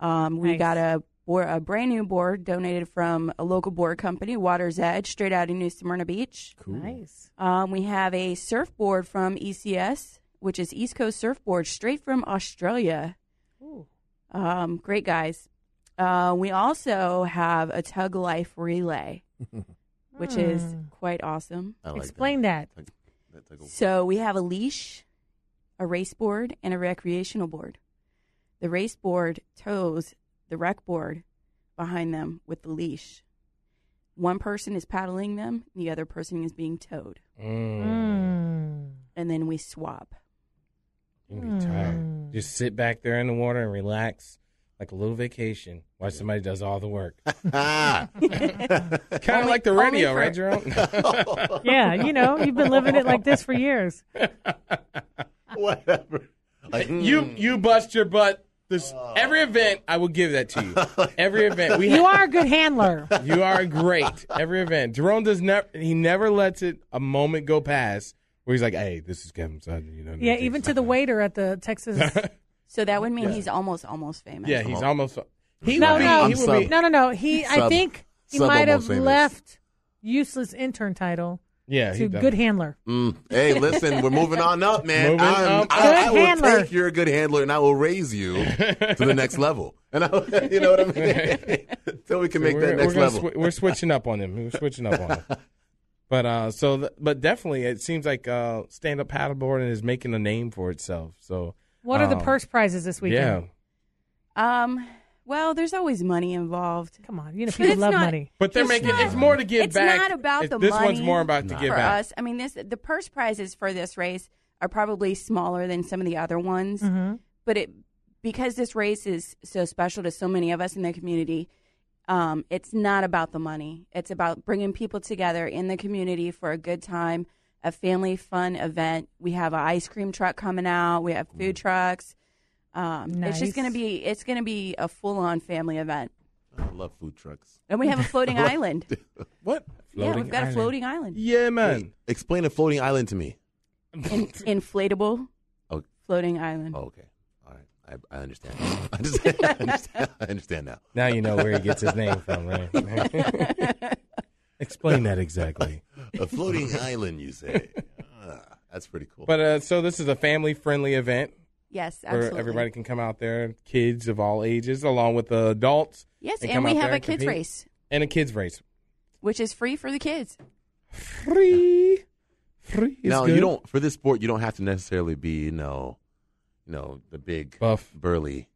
Speaker 8: Um, we
Speaker 2: Nice.
Speaker 8: got a board, a brand new board donated from a local board company, Water's Edge, straight out of New Smyrna Beach.
Speaker 2: Nice.
Speaker 8: Um, we have a surfboard from ECS, which is East Coast Surfboard, straight from Australia.
Speaker 2: Ooh.
Speaker 8: Um, great guys. Uh, we also have a tug life relay, which is
Speaker 2: Hmm.
Speaker 8: quite awesome.
Speaker 4: I like
Speaker 2: Explain that.
Speaker 4: that. That took a-
Speaker 8: So we have a leash, a race board, and a recreational board. The race board tows the rec board behind them with the leash. One person is paddling them, the other person is being towed.
Speaker 2: Mm.
Speaker 8: And then we swap.
Speaker 1: You can be tired. Just sit back there in the water and relax, like a little vacation. While somebody does all the work.
Speaker 4: Ah,
Speaker 1: kind of like the
Speaker 8: only
Speaker 1: radio,
Speaker 8: for-
Speaker 1: right, Jerome?
Speaker 2: Yeah, you know, you've been living it like this for years.
Speaker 4: whatever. Like,
Speaker 2: Hmm.
Speaker 1: you you bust your butt. This every event, I will give that to you. Every event we
Speaker 2: You are a good handler.
Speaker 1: You are great. Every event. Jerome does never he never lets it a moment go past where he's like, Hey, this is Kevin Sutton, you know.
Speaker 2: Yeah, even to the waiter at the Texas.
Speaker 8: So that would mean he's almost, almost famous.
Speaker 1: Yeah, he's almost he
Speaker 2: No,
Speaker 1: would be,
Speaker 2: no,
Speaker 1: he would be
Speaker 2: no, no, no. He, I
Speaker 4: Sub-
Speaker 2: think he
Speaker 4: sub
Speaker 2: might have
Speaker 4: almost famous.
Speaker 2: left useless intern title
Speaker 1: Yeah,
Speaker 2: to
Speaker 1: he
Speaker 2: good handler.
Speaker 4: Mm. Hey, listen, we're moving on up, man.
Speaker 1: Moving
Speaker 4: I'm,
Speaker 1: up.
Speaker 4: I, I
Speaker 2: Good
Speaker 4: will
Speaker 2: handler.
Speaker 4: take you're a good handler, and I will raise you to the next level. And I, you know what I mean? Until we can make that next
Speaker 1: we're gonna
Speaker 4: level.
Speaker 1: swi- we're switching up on him. We're switching up on him. But uh, so th- but definitely it seems like uh, stand up paddleboarding is making a name for itself. So
Speaker 2: What are the
Speaker 1: um,
Speaker 2: purse prizes this
Speaker 1: Yeah,
Speaker 2: weekend?
Speaker 8: Um, well, there's always money involved.
Speaker 2: Come on, you know
Speaker 8: But
Speaker 2: people
Speaker 8: it's
Speaker 2: love
Speaker 8: not-
Speaker 2: money.
Speaker 1: But they're
Speaker 8: It's
Speaker 1: making
Speaker 8: not-
Speaker 1: it's more to give
Speaker 8: it's
Speaker 1: back.
Speaker 8: not about
Speaker 1: It-
Speaker 8: the
Speaker 1: this one's
Speaker 8: money
Speaker 1: more about to give
Speaker 8: for
Speaker 1: back.
Speaker 8: us. I mean, this the purse prizes for this race are probably smaller than some of the other ones,
Speaker 1: Mm-hmm.
Speaker 8: but it because this race is so special to so many of us in the community. Um, it's not about the money. It's about bringing people together in the community for a good time, a family fun event. We have an ice cream truck coming out. We have food
Speaker 1: Mm.
Speaker 8: trucks. Um, It's
Speaker 2: Nice.
Speaker 8: just gonna be it's gonna be a full on family event,
Speaker 4: I love food trucks.
Speaker 8: and we have a floating island.
Speaker 7: What?
Speaker 8: yeah, we've
Speaker 1: Floating
Speaker 8: got a
Speaker 1: island.
Speaker 8: floating island.
Speaker 1: Yeah, man.
Speaker 4: Explain a floating island to me.
Speaker 8: In, inflatable
Speaker 4: Oh.
Speaker 8: floating island.
Speaker 4: Oh, okay. All right. I, I understand. I understand. I understand. I understand now.
Speaker 1: Now you know where he gets his name from, right? Explain that exactly.
Speaker 4: A floating island, you say? Ah, that's pretty cool.
Speaker 1: But uh, so this is a family-friendly event
Speaker 8: Yes,
Speaker 1: where
Speaker 8: absolutely.
Speaker 1: everybody can come out there, kids of all ages, along with the adults.
Speaker 8: Yes,
Speaker 1: can
Speaker 8: and,
Speaker 1: come
Speaker 8: we
Speaker 1: out
Speaker 8: have
Speaker 1: there
Speaker 8: a
Speaker 1: and
Speaker 8: kids
Speaker 1: compete.
Speaker 8: race,
Speaker 1: and a kids race.
Speaker 8: which is free for the kids.
Speaker 1: Free, free. is
Speaker 4: now
Speaker 1: good.
Speaker 4: you don't for this sport. You don't have to necessarily be you know, you know the big
Speaker 1: Buff.
Speaker 4: burly.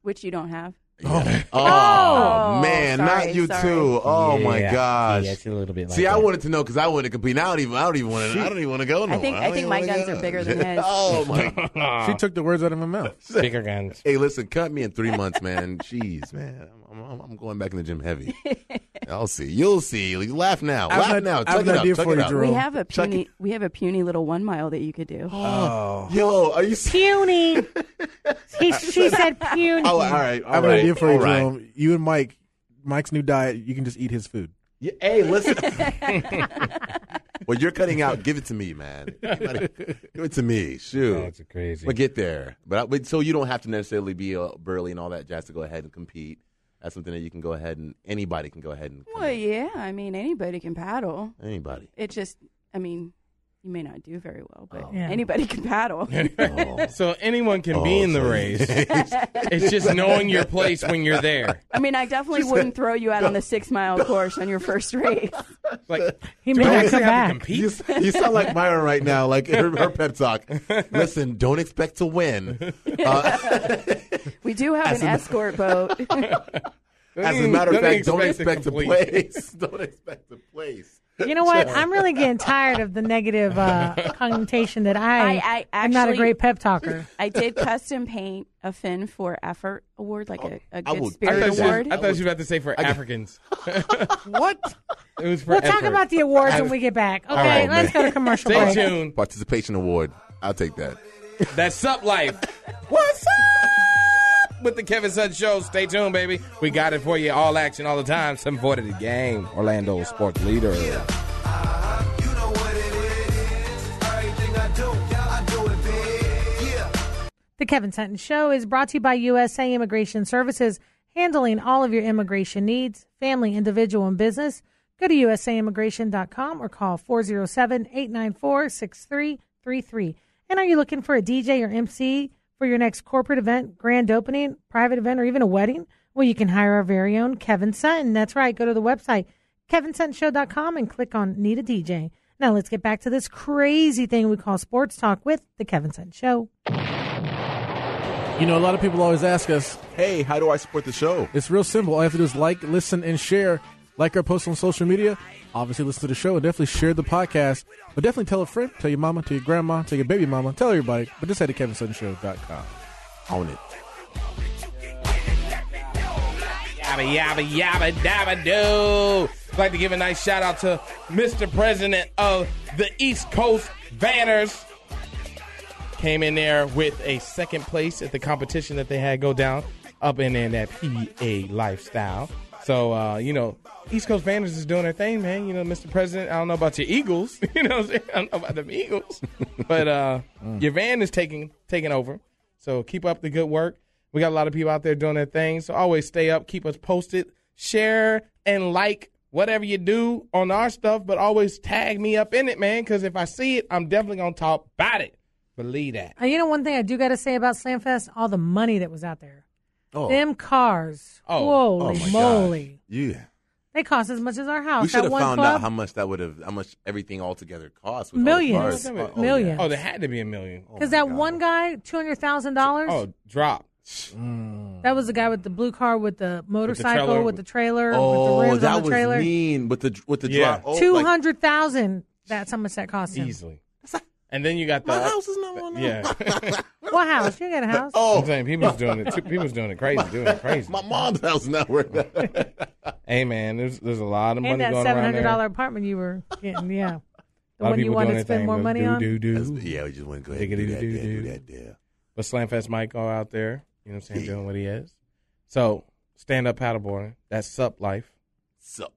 Speaker 8: Which you don't have.
Speaker 4: Yeah. Oh,
Speaker 8: Oh,
Speaker 4: man,
Speaker 8: sorry,
Speaker 4: not you
Speaker 8: sorry.
Speaker 4: too. Oh my
Speaker 1: Yeah.
Speaker 4: gosh.
Speaker 1: Yeah, it's a little bit. Like
Speaker 4: See, I
Speaker 1: that.
Speaker 4: wanted to know because I wanted to compete. Now I don't even. I don't even want to. I don't even want to go. No
Speaker 8: think-
Speaker 4: more.
Speaker 8: I
Speaker 4: don't
Speaker 8: think
Speaker 4: even
Speaker 8: my
Speaker 4: wanna
Speaker 8: guns
Speaker 4: go.
Speaker 8: are bigger than his.
Speaker 4: oh my!
Speaker 7: She took the words out of my mouth.
Speaker 1: Ah, bigger guns.
Speaker 4: Hey, listen, cut me in three months, man. Jeez, man, I'm, I'm, I'm going back in the gym heavy. I'll see. You'll see. Laugh now.
Speaker 7: I
Speaker 4: Laugh
Speaker 7: have an-
Speaker 4: now.
Speaker 7: I have
Speaker 4: Check
Speaker 7: an
Speaker 4: it out.
Speaker 7: idea
Speaker 4: Check
Speaker 7: for
Speaker 4: it
Speaker 7: you,
Speaker 4: out.
Speaker 7: Jerome.
Speaker 8: we have a
Speaker 4: Chuck it.
Speaker 8: puny. We have a puny little one mile that you could do.
Speaker 1: Oh.
Speaker 4: Yo, are you? s-
Speaker 2: Puny. he, she said puny.
Speaker 4: Oh, all right.
Speaker 7: I
Speaker 4: All
Speaker 7: have an
Speaker 4: right.
Speaker 7: idea for you,
Speaker 4: all right.
Speaker 7: Jerome. You and Mike, Mike's new diet, you can just eat his food.
Speaker 4: Yeah, hey, listen. well, you're cutting out. Give it to me, man. Give it to me. Shoot.
Speaker 1: That's crazy.
Speaker 4: But get there. But, I, but so you don't have to necessarily be uh, burly and all that jazz to go ahead and compete. That's something that you can go ahead and anybody can go ahead and.
Speaker 8: Well, yeah. I mean, anybody can paddle.
Speaker 4: Anybody.
Speaker 8: It just, I mean, you may not do very well, but
Speaker 4: Oh.
Speaker 2: Yeah.
Speaker 8: anybody can paddle.
Speaker 4: Oh.
Speaker 1: So anyone can be
Speaker 4: Oh,
Speaker 1: in the
Speaker 4: so-
Speaker 1: race. it's just knowing your place when you're there.
Speaker 8: I mean, I definitely wouldn't throw you out on the six mile course on your first race.
Speaker 1: Like
Speaker 2: he
Speaker 1: do
Speaker 2: may
Speaker 1: I
Speaker 2: not
Speaker 1: actually have to
Speaker 2: come back.
Speaker 1: compete?
Speaker 4: You, s- you sound like Myron right now, like her, her pep talk. Listen, don't expect to win. Uh,
Speaker 8: We do have an escort
Speaker 4: as
Speaker 8: boat.
Speaker 4: a matter
Speaker 1: Don't
Speaker 4: of fact, don't
Speaker 1: expect to
Speaker 4: expect to
Speaker 1: complete.
Speaker 4: place. Don't expect to place.
Speaker 2: You know what? I'm really getting tired of the negative uh, connotation that I,
Speaker 8: I- I
Speaker 2: am not a
Speaker 8: actually-
Speaker 2: great pep talker.
Speaker 8: I did custom paint a fin for effort award, like a, a
Speaker 4: I would-
Speaker 8: good
Speaker 1: Oh, I
Speaker 8: spirit
Speaker 1: thought, she was,
Speaker 8: award.
Speaker 1: I thought she was about to say for Africans.
Speaker 3: What?
Speaker 1: It was for
Speaker 2: We'll talk
Speaker 1: effort.
Speaker 2: about the awards when we get back. Okay,
Speaker 4: right,
Speaker 2: let's
Speaker 4: man.
Speaker 2: go to commercial
Speaker 1: Stay
Speaker 2: break.
Speaker 1: tuned.
Speaker 4: Participation award. I'll take that.
Speaker 1: That's Sup Life. What's up? With the Kevin Sun Show. Stay tuned, baby. We got it for you. All action, all the time. 740 the game. Orlando sports leader.
Speaker 9: Uh-huh. You know what it is. Everything I do, I do it big. Yeah.
Speaker 2: The Kevin Sutton Show is brought to you by USA Immigration Services, handling all of your immigration needs, family, individual, and business. Go to usaimmigration.com or call 407 894 6333. And are you looking for a DJ or MC for your next corporate event, grand opening, private event, or even a wedding? Well, you can hire our very own Kevin Sutton. That's right. Go to the website, kevinsuttonshow.com, and click on Need a DJ. Now, let's get back to this crazy thing we call sports talk with The Kevin Sutton Show.
Speaker 3: You know, a lot of people always ask us.
Speaker 4: Hey, how do I support the show?
Speaker 3: It's real simple. All you have to do is like, listen, and share. Like our post on social media. Obviously, listen to the show and definitely share the podcast. But definitely tell a friend, tell your mama, tell your grandma, tell your baby mama, tell everybody. But just head to kevinsuttonshow.com.
Speaker 4: Own it.
Speaker 1: Yabba, yabba, yabba, dabba, do. I'd like to give a nice shout out to Mr. President of the East Coast Banners. Came in there with a second place at the competition that they had go down up in, in that PA lifestyle. So, uh, you know, East Coast Banners is doing their thing, man. You know, Mr. President, I don't know about your Eagles. You know what I'm saying? I don't know about them Eagles. but uh, your van is taking, taking over. So keep up the good work. We got a lot of people out there doing their thing. So always stay up, keep us posted, share and like whatever you do on our stuff, but always tag me up in it, man, because if I see it, I'm definitely going to talk about it. Believe that.
Speaker 2: Uh, you know, one thing I do got to say about Slamfest, all the money that was out there.
Speaker 4: Oh.
Speaker 2: Them cars.
Speaker 1: Oh.
Speaker 4: Oh
Speaker 2: Holy
Speaker 4: my
Speaker 2: moly.
Speaker 4: gosh. Yeah.
Speaker 2: They cost as much as our
Speaker 4: We
Speaker 2: house.
Speaker 4: should
Speaker 2: That
Speaker 4: have
Speaker 2: one
Speaker 4: found
Speaker 2: club,
Speaker 4: out how much that would have, how much everything altogether cost. with all the
Speaker 2: Millions.
Speaker 4: cars. Oh, oh, yeah.
Speaker 2: Millions.
Speaker 1: Oh, there had to be a million.
Speaker 2: Because that one guy, $200,000,
Speaker 1: Oh, drop.
Speaker 2: that was the guy with the blue car with the motorcycle,
Speaker 1: trailer.
Speaker 2: with the trailer,
Speaker 4: Oh,
Speaker 2: with the rims
Speaker 4: that
Speaker 2: on the
Speaker 4: was
Speaker 2: trailer.
Speaker 4: mean with the with the
Speaker 1: Yeah.
Speaker 4: drop. Oh, like-
Speaker 2: 200000 That's how much that cost him.
Speaker 1: Easily. And then you got the.
Speaker 4: my house is not on.
Speaker 1: Yeah.
Speaker 2: What house? You got a house.
Speaker 4: Oh,
Speaker 1: I'm saying people's doing it. People's doing it crazy. Doing it crazy.
Speaker 4: my mom's house is not worth that.
Speaker 1: Hey man, there's there's a lot of money
Speaker 2: and that
Speaker 1: going around there.
Speaker 2: $700 apartment you were getting, yeah.
Speaker 1: A lot
Speaker 2: The
Speaker 1: of
Speaker 2: one you
Speaker 1: people
Speaker 2: wanted
Speaker 1: doing their
Speaker 2: to spend
Speaker 1: thing,
Speaker 2: more
Speaker 1: the
Speaker 2: money on?
Speaker 1: Do do do.
Speaker 4: yeah, we just want to go ahead and do that, there, do
Speaker 1: Diggity-doo-doo-doo.
Speaker 4: that, there.
Speaker 1: But Slamfest might go out there. You know what I'm saying? Doing what he is. So stand up paddleboarding. That's sup life.
Speaker 4: Sup,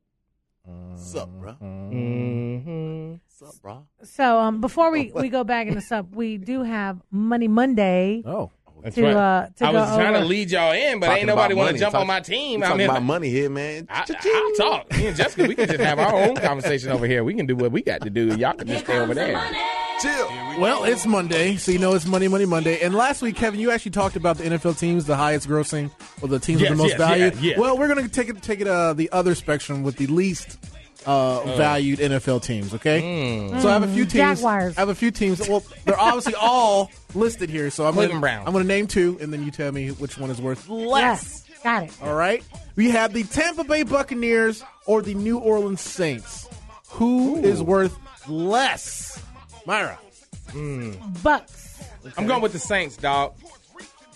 Speaker 4: sup, bruh.
Speaker 2: Mm.
Speaker 1: Mm-hmm.
Speaker 4: sup, bruh.
Speaker 2: So um, before we, we go back into sub, we do have Money Monday.
Speaker 3: Oh.
Speaker 1: That's
Speaker 2: To,
Speaker 1: right.
Speaker 2: uh, to
Speaker 1: I was
Speaker 2: go
Speaker 1: trying
Speaker 2: over.
Speaker 1: to lead y'all in, but ain't
Speaker 4: Talking
Speaker 1: nobody
Speaker 4: about
Speaker 1: want to
Speaker 4: money.
Speaker 1: jump
Speaker 4: Talk-
Speaker 1: on my team.
Speaker 4: We
Speaker 1: I
Speaker 4: talking
Speaker 1: mean,
Speaker 4: about money here, man.
Speaker 1: I, will talk. Me and Jessica, we can just have our own conversation over here. We can do what we got to do. Y'all can just stay over there.
Speaker 4: Chill.
Speaker 3: Well, it's Monday, so you know it's Money Money Monday. And last week, Kevin, you actually talked about the NFL teams, the highest grossing, or the teams
Speaker 1: Yes,
Speaker 3: with the most
Speaker 1: yes,
Speaker 3: value.
Speaker 1: yeah, yeah.
Speaker 3: Well, we're going to take it take it uh, the other spectrum with the least uh, valued NFL teams. Okay,
Speaker 1: Hmm.
Speaker 3: so I have a few teams.
Speaker 2: Jaguars.
Speaker 3: I have a few teams. Well, they're obviously all listed here. So I'm
Speaker 1: Cleveland
Speaker 3: gonna,
Speaker 1: Browns.
Speaker 3: I'm going to name two, and then you tell me which one is worth
Speaker 2: Yes. Got it.
Speaker 3: all right. We have the Tampa Bay Buccaneers or the New Orleans Saints. Who is worth less? Myra,
Speaker 2: Bucks.
Speaker 1: I'm going with the Saints, dog.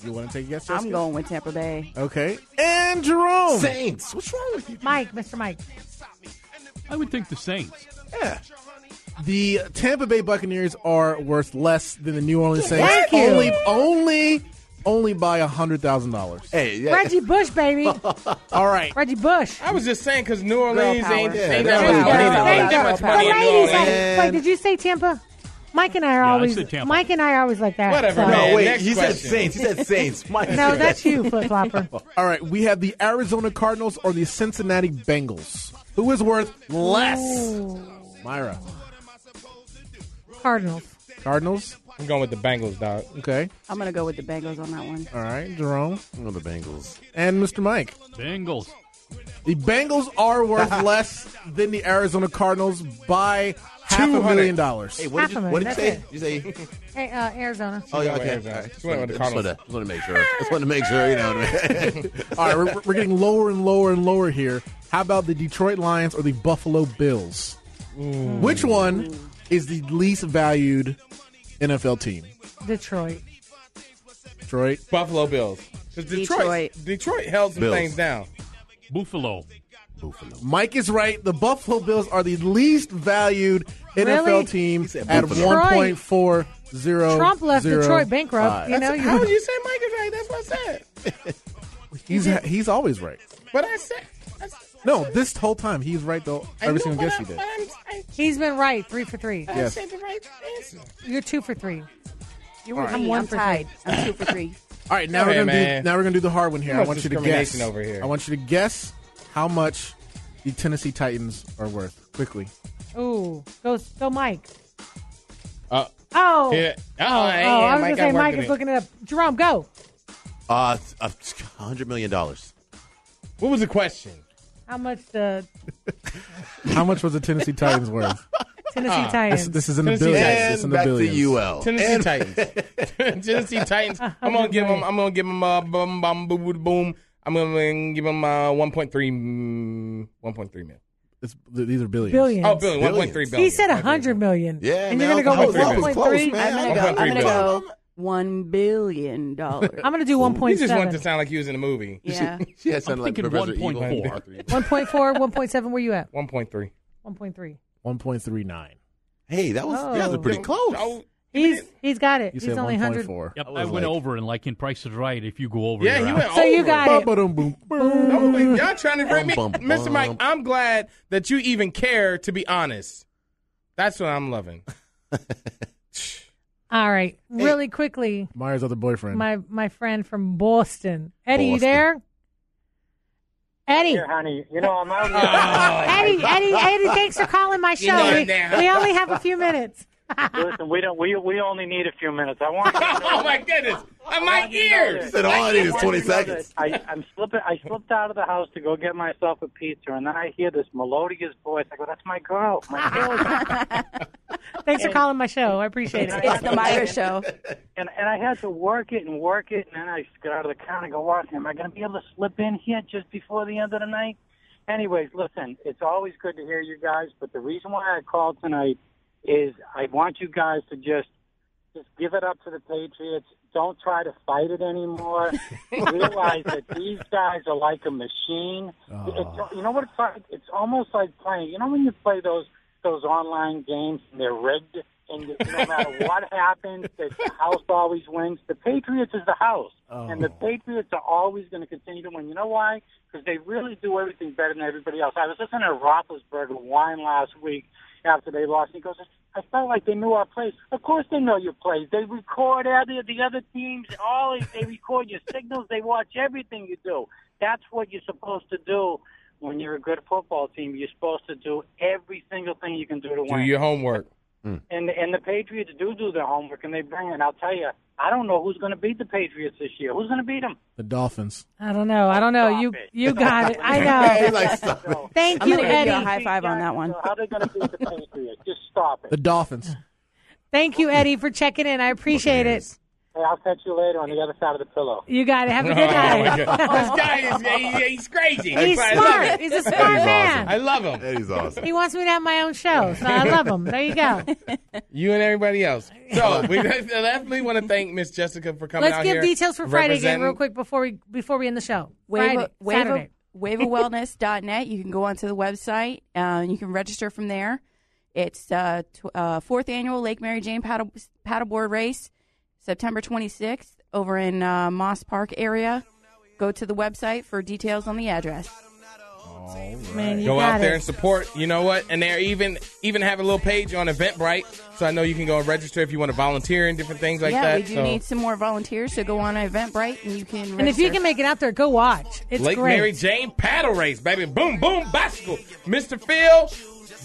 Speaker 3: you want to take a guess?
Speaker 8: I'm
Speaker 3: Jessica?
Speaker 8: going with Tampa Bay.
Speaker 3: Okay. And Jerome.
Speaker 4: Saints. What's wrong with you?
Speaker 2: Mike, Mr. Mike.
Speaker 6: I would think the Saints.
Speaker 3: The Tampa Bay Buccaneers are worth less than the New Orleans Saints.
Speaker 2: Thank you.
Speaker 3: Only, only, only by hundred thousand dollars.
Speaker 4: Hey, yeah.
Speaker 2: Reggie Bush, baby.
Speaker 3: All right.
Speaker 2: Reggie Bush.
Speaker 1: I was just saying because New Orleans
Speaker 8: power.
Speaker 1: ain't,
Speaker 8: Yeah,
Speaker 1: ain't
Speaker 4: girl
Speaker 1: that much
Speaker 4: power.
Speaker 1: money.
Speaker 4: Girl
Speaker 1: Ain't that much
Speaker 8: power.
Speaker 1: money
Speaker 2: the
Speaker 1: in New
Speaker 2: ladies
Speaker 1: Orleans.
Speaker 2: like, wait, did you say Tampa? Mike and I are
Speaker 6: I
Speaker 2: always
Speaker 6: said Tampa.
Speaker 2: Mike and I are always like that.
Speaker 1: Whatever,
Speaker 2: so-
Speaker 4: No,
Speaker 1: man.
Speaker 4: Oh, wait.
Speaker 1: next
Speaker 4: He
Speaker 1: question.
Speaker 4: said Saints. He said Saints. My
Speaker 2: No,
Speaker 4: bad.
Speaker 2: that's you, flip flopper.
Speaker 3: All right. We have the Arizona Cardinals or the Cincinnati Bengals. Who is worth less? Myra.
Speaker 2: Cardinals.
Speaker 3: Cardinals.
Speaker 1: I'm going with the Bengals, dog.
Speaker 3: Okay.
Speaker 8: I'm gonna go with the Bengals on that one.
Speaker 3: All right. Jerome.
Speaker 4: Oh, the Bengals.
Speaker 3: And Mr. Mike.
Speaker 6: Bengals.
Speaker 3: The Bengals are worth less than the Arizona Cardinals by half a million dollars.
Speaker 4: Hey, what did you,
Speaker 2: Half of
Speaker 4: what
Speaker 2: it,
Speaker 4: did you say?
Speaker 2: that's
Speaker 4: You say?
Speaker 2: Hey, uh, Arizona.
Speaker 4: Oh, yeah,
Speaker 1: went with
Speaker 4: okay.
Speaker 1: Arizona.
Speaker 4: All right.
Speaker 1: She
Speaker 4: Just
Speaker 1: went with
Speaker 4: wanted
Speaker 1: the
Speaker 4: just wanted to
Speaker 1: Cardinals.
Speaker 4: just wanted to make sure. Just wanted to make sure. You know what I mean?
Speaker 3: All right, we're, we're getting lower and lower and lower here. How about the Detroit Lions or the Buffalo Bills?
Speaker 7: Which one is the least valued NFL team?
Speaker 2: Detroit.
Speaker 7: Detroit.
Speaker 1: Buffalo Bills. 'Cause Detroit,
Speaker 8: Detroit.
Speaker 1: Detroit held some
Speaker 4: Bills.
Speaker 1: things down.
Speaker 6: Buffalo.
Speaker 7: Mike is right. The Buffalo Bills are the least valued
Speaker 2: Really?
Speaker 7: NFL team at
Speaker 4: Buffalo.
Speaker 7: one point four zero.
Speaker 2: Trump left Detroit bankrupt. You know,
Speaker 1: How
Speaker 2: you,
Speaker 1: would you say Mike is right? That's what I said.
Speaker 7: He's he's always right.
Speaker 1: But I said. I said-
Speaker 7: No, this whole time he's right though.
Speaker 1: I
Speaker 7: Every
Speaker 1: know,
Speaker 7: single
Speaker 1: but
Speaker 7: guess
Speaker 1: I-
Speaker 7: he did.
Speaker 1: but I'm- I,
Speaker 2: he's been right three for three.
Speaker 1: I
Speaker 7: Yes.
Speaker 1: said the right answer.
Speaker 2: You're two for three.
Speaker 8: You're right.
Speaker 2: I'm
Speaker 8: I'm
Speaker 2: one
Speaker 8: one
Speaker 2: for
Speaker 8: tied. I'm two for three.
Speaker 7: All right, now
Speaker 1: Hey,
Speaker 7: we're gonna
Speaker 1: man.
Speaker 7: do now we're gonna do the hard one here.
Speaker 1: Too
Speaker 7: I
Speaker 1: much
Speaker 7: want you to
Speaker 1: discrimination
Speaker 7: guess.
Speaker 1: over here.
Speaker 7: I want you to guess how much the Tennessee Titans are worth quickly.
Speaker 2: Ooh, go go, Mike.
Speaker 1: Uh,
Speaker 2: Oh,
Speaker 1: yeah. Oh,
Speaker 2: oh, I was gonna say Mike is
Speaker 1: looking.
Speaker 2: looking it up. Jerome, go.
Speaker 4: Uh, it's, uh, it's $100 million.
Speaker 1: What was the question?
Speaker 2: How much the
Speaker 7: How much was the Tennessee Titans worth?
Speaker 2: Tennessee
Speaker 7: This,
Speaker 2: Titans?
Speaker 7: this is in the
Speaker 1: Tennessee
Speaker 7: billions.
Speaker 1: Titans.
Speaker 7: This is in
Speaker 4: And
Speaker 7: the
Speaker 4: back to
Speaker 7: billions.
Speaker 4: UL.
Speaker 1: Tennessee Titans. Tennessee Titans.
Speaker 2: Ah,
Speaker 1: I'm gonna give them. I'm gonna give them. Uh, boom, boom, boom, boom, boom. I'm gonna give them uh, 1.3, mm, 1.3 million.
Speaker 7: It's, these are billions.
Speaker 2: billion.
Speaker 1: Oh, billion.
Speaker 4: Billions.
Speaker 1: 1.3 billion.
Speaker 2: He said a
Speaker 1: Okay.
Speaker 2: hundred million.
Speaker 4: Yeah,
Speaker 2: and
Speaker 4: man,
Speaker 2: you're gonna
Speaker 4: I
Speaker 2: go
Speaker 4: was
Speaker 2: with
Speaker 4: close, I
Speaker 2: one
Speaker 4: was
Speaker 2: point
Speaker 4: close,
Speaker 2: three.
Speaker 4: man.
Speaker 8: I'm
Speaker 1: 1.3
Speaker 8: gonna go. I'm gonna
Speaker 1: billion.
Speaker 8: go. One billion dollars.
Speaker 2: I'm gonna do one
Speaker 1: He
Speaker 2: point
Speaker 1: just wanted to
Speaker 2: seven.
Speaker 1: sound like he was in a movie.
Speaker 8: Yeah.
Speaker 4: She had something
Speaker 6: I'm
Speaker 4: like
Speaker 6: thinking
Speaker 4: Professor Evil.
Speaker 6: 1.4.
Speaker 2: One point four, one point seven. Where you
Speaker 1: 1.3.
Speaker 2: at? One point three.
Speaker 7: One point three nine.
Speaker 4: Hey, that was, you guys
Speaker 2: Oh.
Speaker 4: are pretty close.
Speaker 1: Oh,
Speaker 2: He's he's got it.
Speaker 7: You
Speaker 2: he's
Speaker 7: said
Speaker 2: only
Speaker 7: one point
Speaker 2: hundred.
Speaker 7: four.
Speaker 6: Yep, I, went over and like in Price is Right. If you go over,
Speaker 1: yeah,
Speaker 6: you're
Speaker 1: he
Speaker 6: out.
Speaker 1: went
Speaker 2: So you
Speaker 1: over.
Speaker 2: got it.
Speaker 1: Oh, wait, y'all trying to bring me,
Speaker 4: Bum, bum,
Speaker 1: Mr.
Speaker 4: bum.
Speaker 1: Mike. I'm glad that you even care to be honest. That's what I'm loving.
Speaker 2: All right, really quickly,
Speaker 7: Meyer's other boyfriend.
Speaker 2: my my friend from Boston, Eddie. You
Speaker 4: Boston.
Speaker 2: there? Eddie.
Speaker 9: honey, you know, I'm out
Speaker 2: Eddie, Eddie, Eddie, thanks for calling my show.
Speaker 1: know
Speaker 2: we,
Speaker 1: it now.
Speaker 2: we only have a few minutes.
Speaker 9: Listen, we don't. We we only need a few minutes. I want.
Speaker 1: oh my goodness, Uh, my ears.
Speaker 4: said all I need is 20 seconds.
Speaker 9: I, I'm slipping. I slipped out of the house to go get myself a pizza, and then I hear this melodious voice. I go, "That's my girl, my girl."
Speaker 2: Thanks for calling my show. I appreciate it.
Speaker 8: It's the Myra show.
Speaker 9: and and I had to work it and work it, and then I just got out of the car and I go, "Walking, am I going to be able to slip in here just before the end of the night?" Anyways, listen, it's always good to hear you guys, but the reason why I called tonight is I want you guys to just just give it up to the Patriots. Don't try to fight it anymore. Realize that these guys are like a machine. It's, you know what it's like? It's almost like playing. You know when you play those those online games and they're rigged, and you- no matter what happens, the house always wins. The Patriots is the house, and the Patriots are always going to continue to win. You know why? Because they really do everything better than everybody else. I was listening to Roethlisberger whine last week after they lost. And he goes, I felt like they knew our plays. Of course they know your plays. They record every, the other teams, all they record your signals. They watch everything you do. That's what you're supposed to do when you're a good football team. You're supposed to do every single thing you can do to
Speaker 1: Do
Speaker 9: win.
Speaker 1: your homework.
Speaker 9: and and the Patriots do do their homework and they bring it. And I'll tell you, I don't know who's going to beat the Patriots this year. Who's going to beat them?
Speaker 7: the Dolphins.
Speaker 2: I don't know. I don't know. You
Speaker 9: Stop it.
Speaker 2: you got it. I
Speaker 4: Hey,
Speaker 2: know.
Speaker 4: like, stop it.
Speaker 2: Thank
Speaker 8: I'm
Speaker 2: you,
Speaker 8: gonna give you a
Speaker 2: Eddie.
Speaker 8: high five on that one.
Speaker 9: So how are they going to beat the Patriots? Just stop
Speaker 7: The
Speaker 9: it.
Speaker 7: Dolphins.
Speaker 2: Thank you, Eddie, for checking in. I appreciate it.
Speaker 9: Hey, I'll catch you later on the other side of the pillow.
Speaker 2: You got it. Have a
Speaker 1: Oh
Speaker 2: good
Speaker 1: my
Speaker 2: night.
Speaker 1: God. this guy is he- he's crazy.
Speaker 2: He's
Speaker 1: I love him.
Speaker 2: smart. He's a smart
Speaker 1: I
Speaker 2: man.
Speaker 1: love him.
Speaker 4: That is awesome.
Speaker 2: He wants me to have my own show, so I love him. There you go.
Speaker 1: You and everybody else. So we definitely want to thank Miss Jessica for coming
Speaker 2: Let's
Speaker 1: out
Speaker 2: give
Speaker 1: here.
Speaker 2: details for Friday again,
Speaker 1: representing-
Speaker 2: real quick, before we before we end the show. Friday,
Speaker 8: Wave,
Speaker 2: Saturday.
Speaker 8: wave, wavawellness.net. You can go onto the website. Uh, you can register from there. It's uh, tw- uh, fourth annual Lake Mary Jane paddle- paddleboard race, September 26th over in uh, Moss Park area. Go to the website for details on the address.
Speaker 2: Man, you
Speaker 1: Go
Speaker 2: got
Speaker 1: out there
Speaker 2: it.
Speaker 1: and support. You know what? And they're even even have a little page on Eventbrite, so I know you can go and register if you want to volunteer and different things like
Speaker 8: yeah,
Speaker 1: that.
Speaker 8: we do
Speaker 1: so
Speaker 8: need some more volunteers, so go on Eventbrite and you can. Register.
Speaker 2: And if you can make it out there, go watch. It's
Speaker 1: Lake
Speaker 2: great.
Speaker 1: Mary Jane paddle race, baby. Boom, boom, bicycle. Mr. Phil,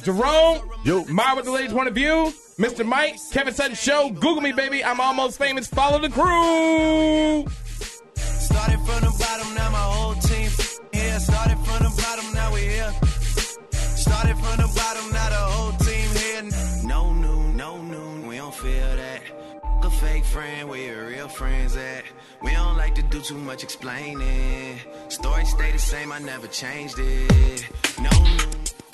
Speaker 1: Jerome,
Speaker 4: Yo.
Speaker 1: Myra with the Ladies Point of View, Mr. Mike, Kevin Sutton Show. Google me, baby. I'm almost famous. Follow the crew.
Speaker 9: Started from the bottom, now my whole team here. Started from the bottom, now we here. Started from the bottom, now the whole team here. No noon, no noon, we don't feel that. F- A fake friend, where your real friends at? We don't like to do too much explaining. Story stay the same, I never changed it. No noon.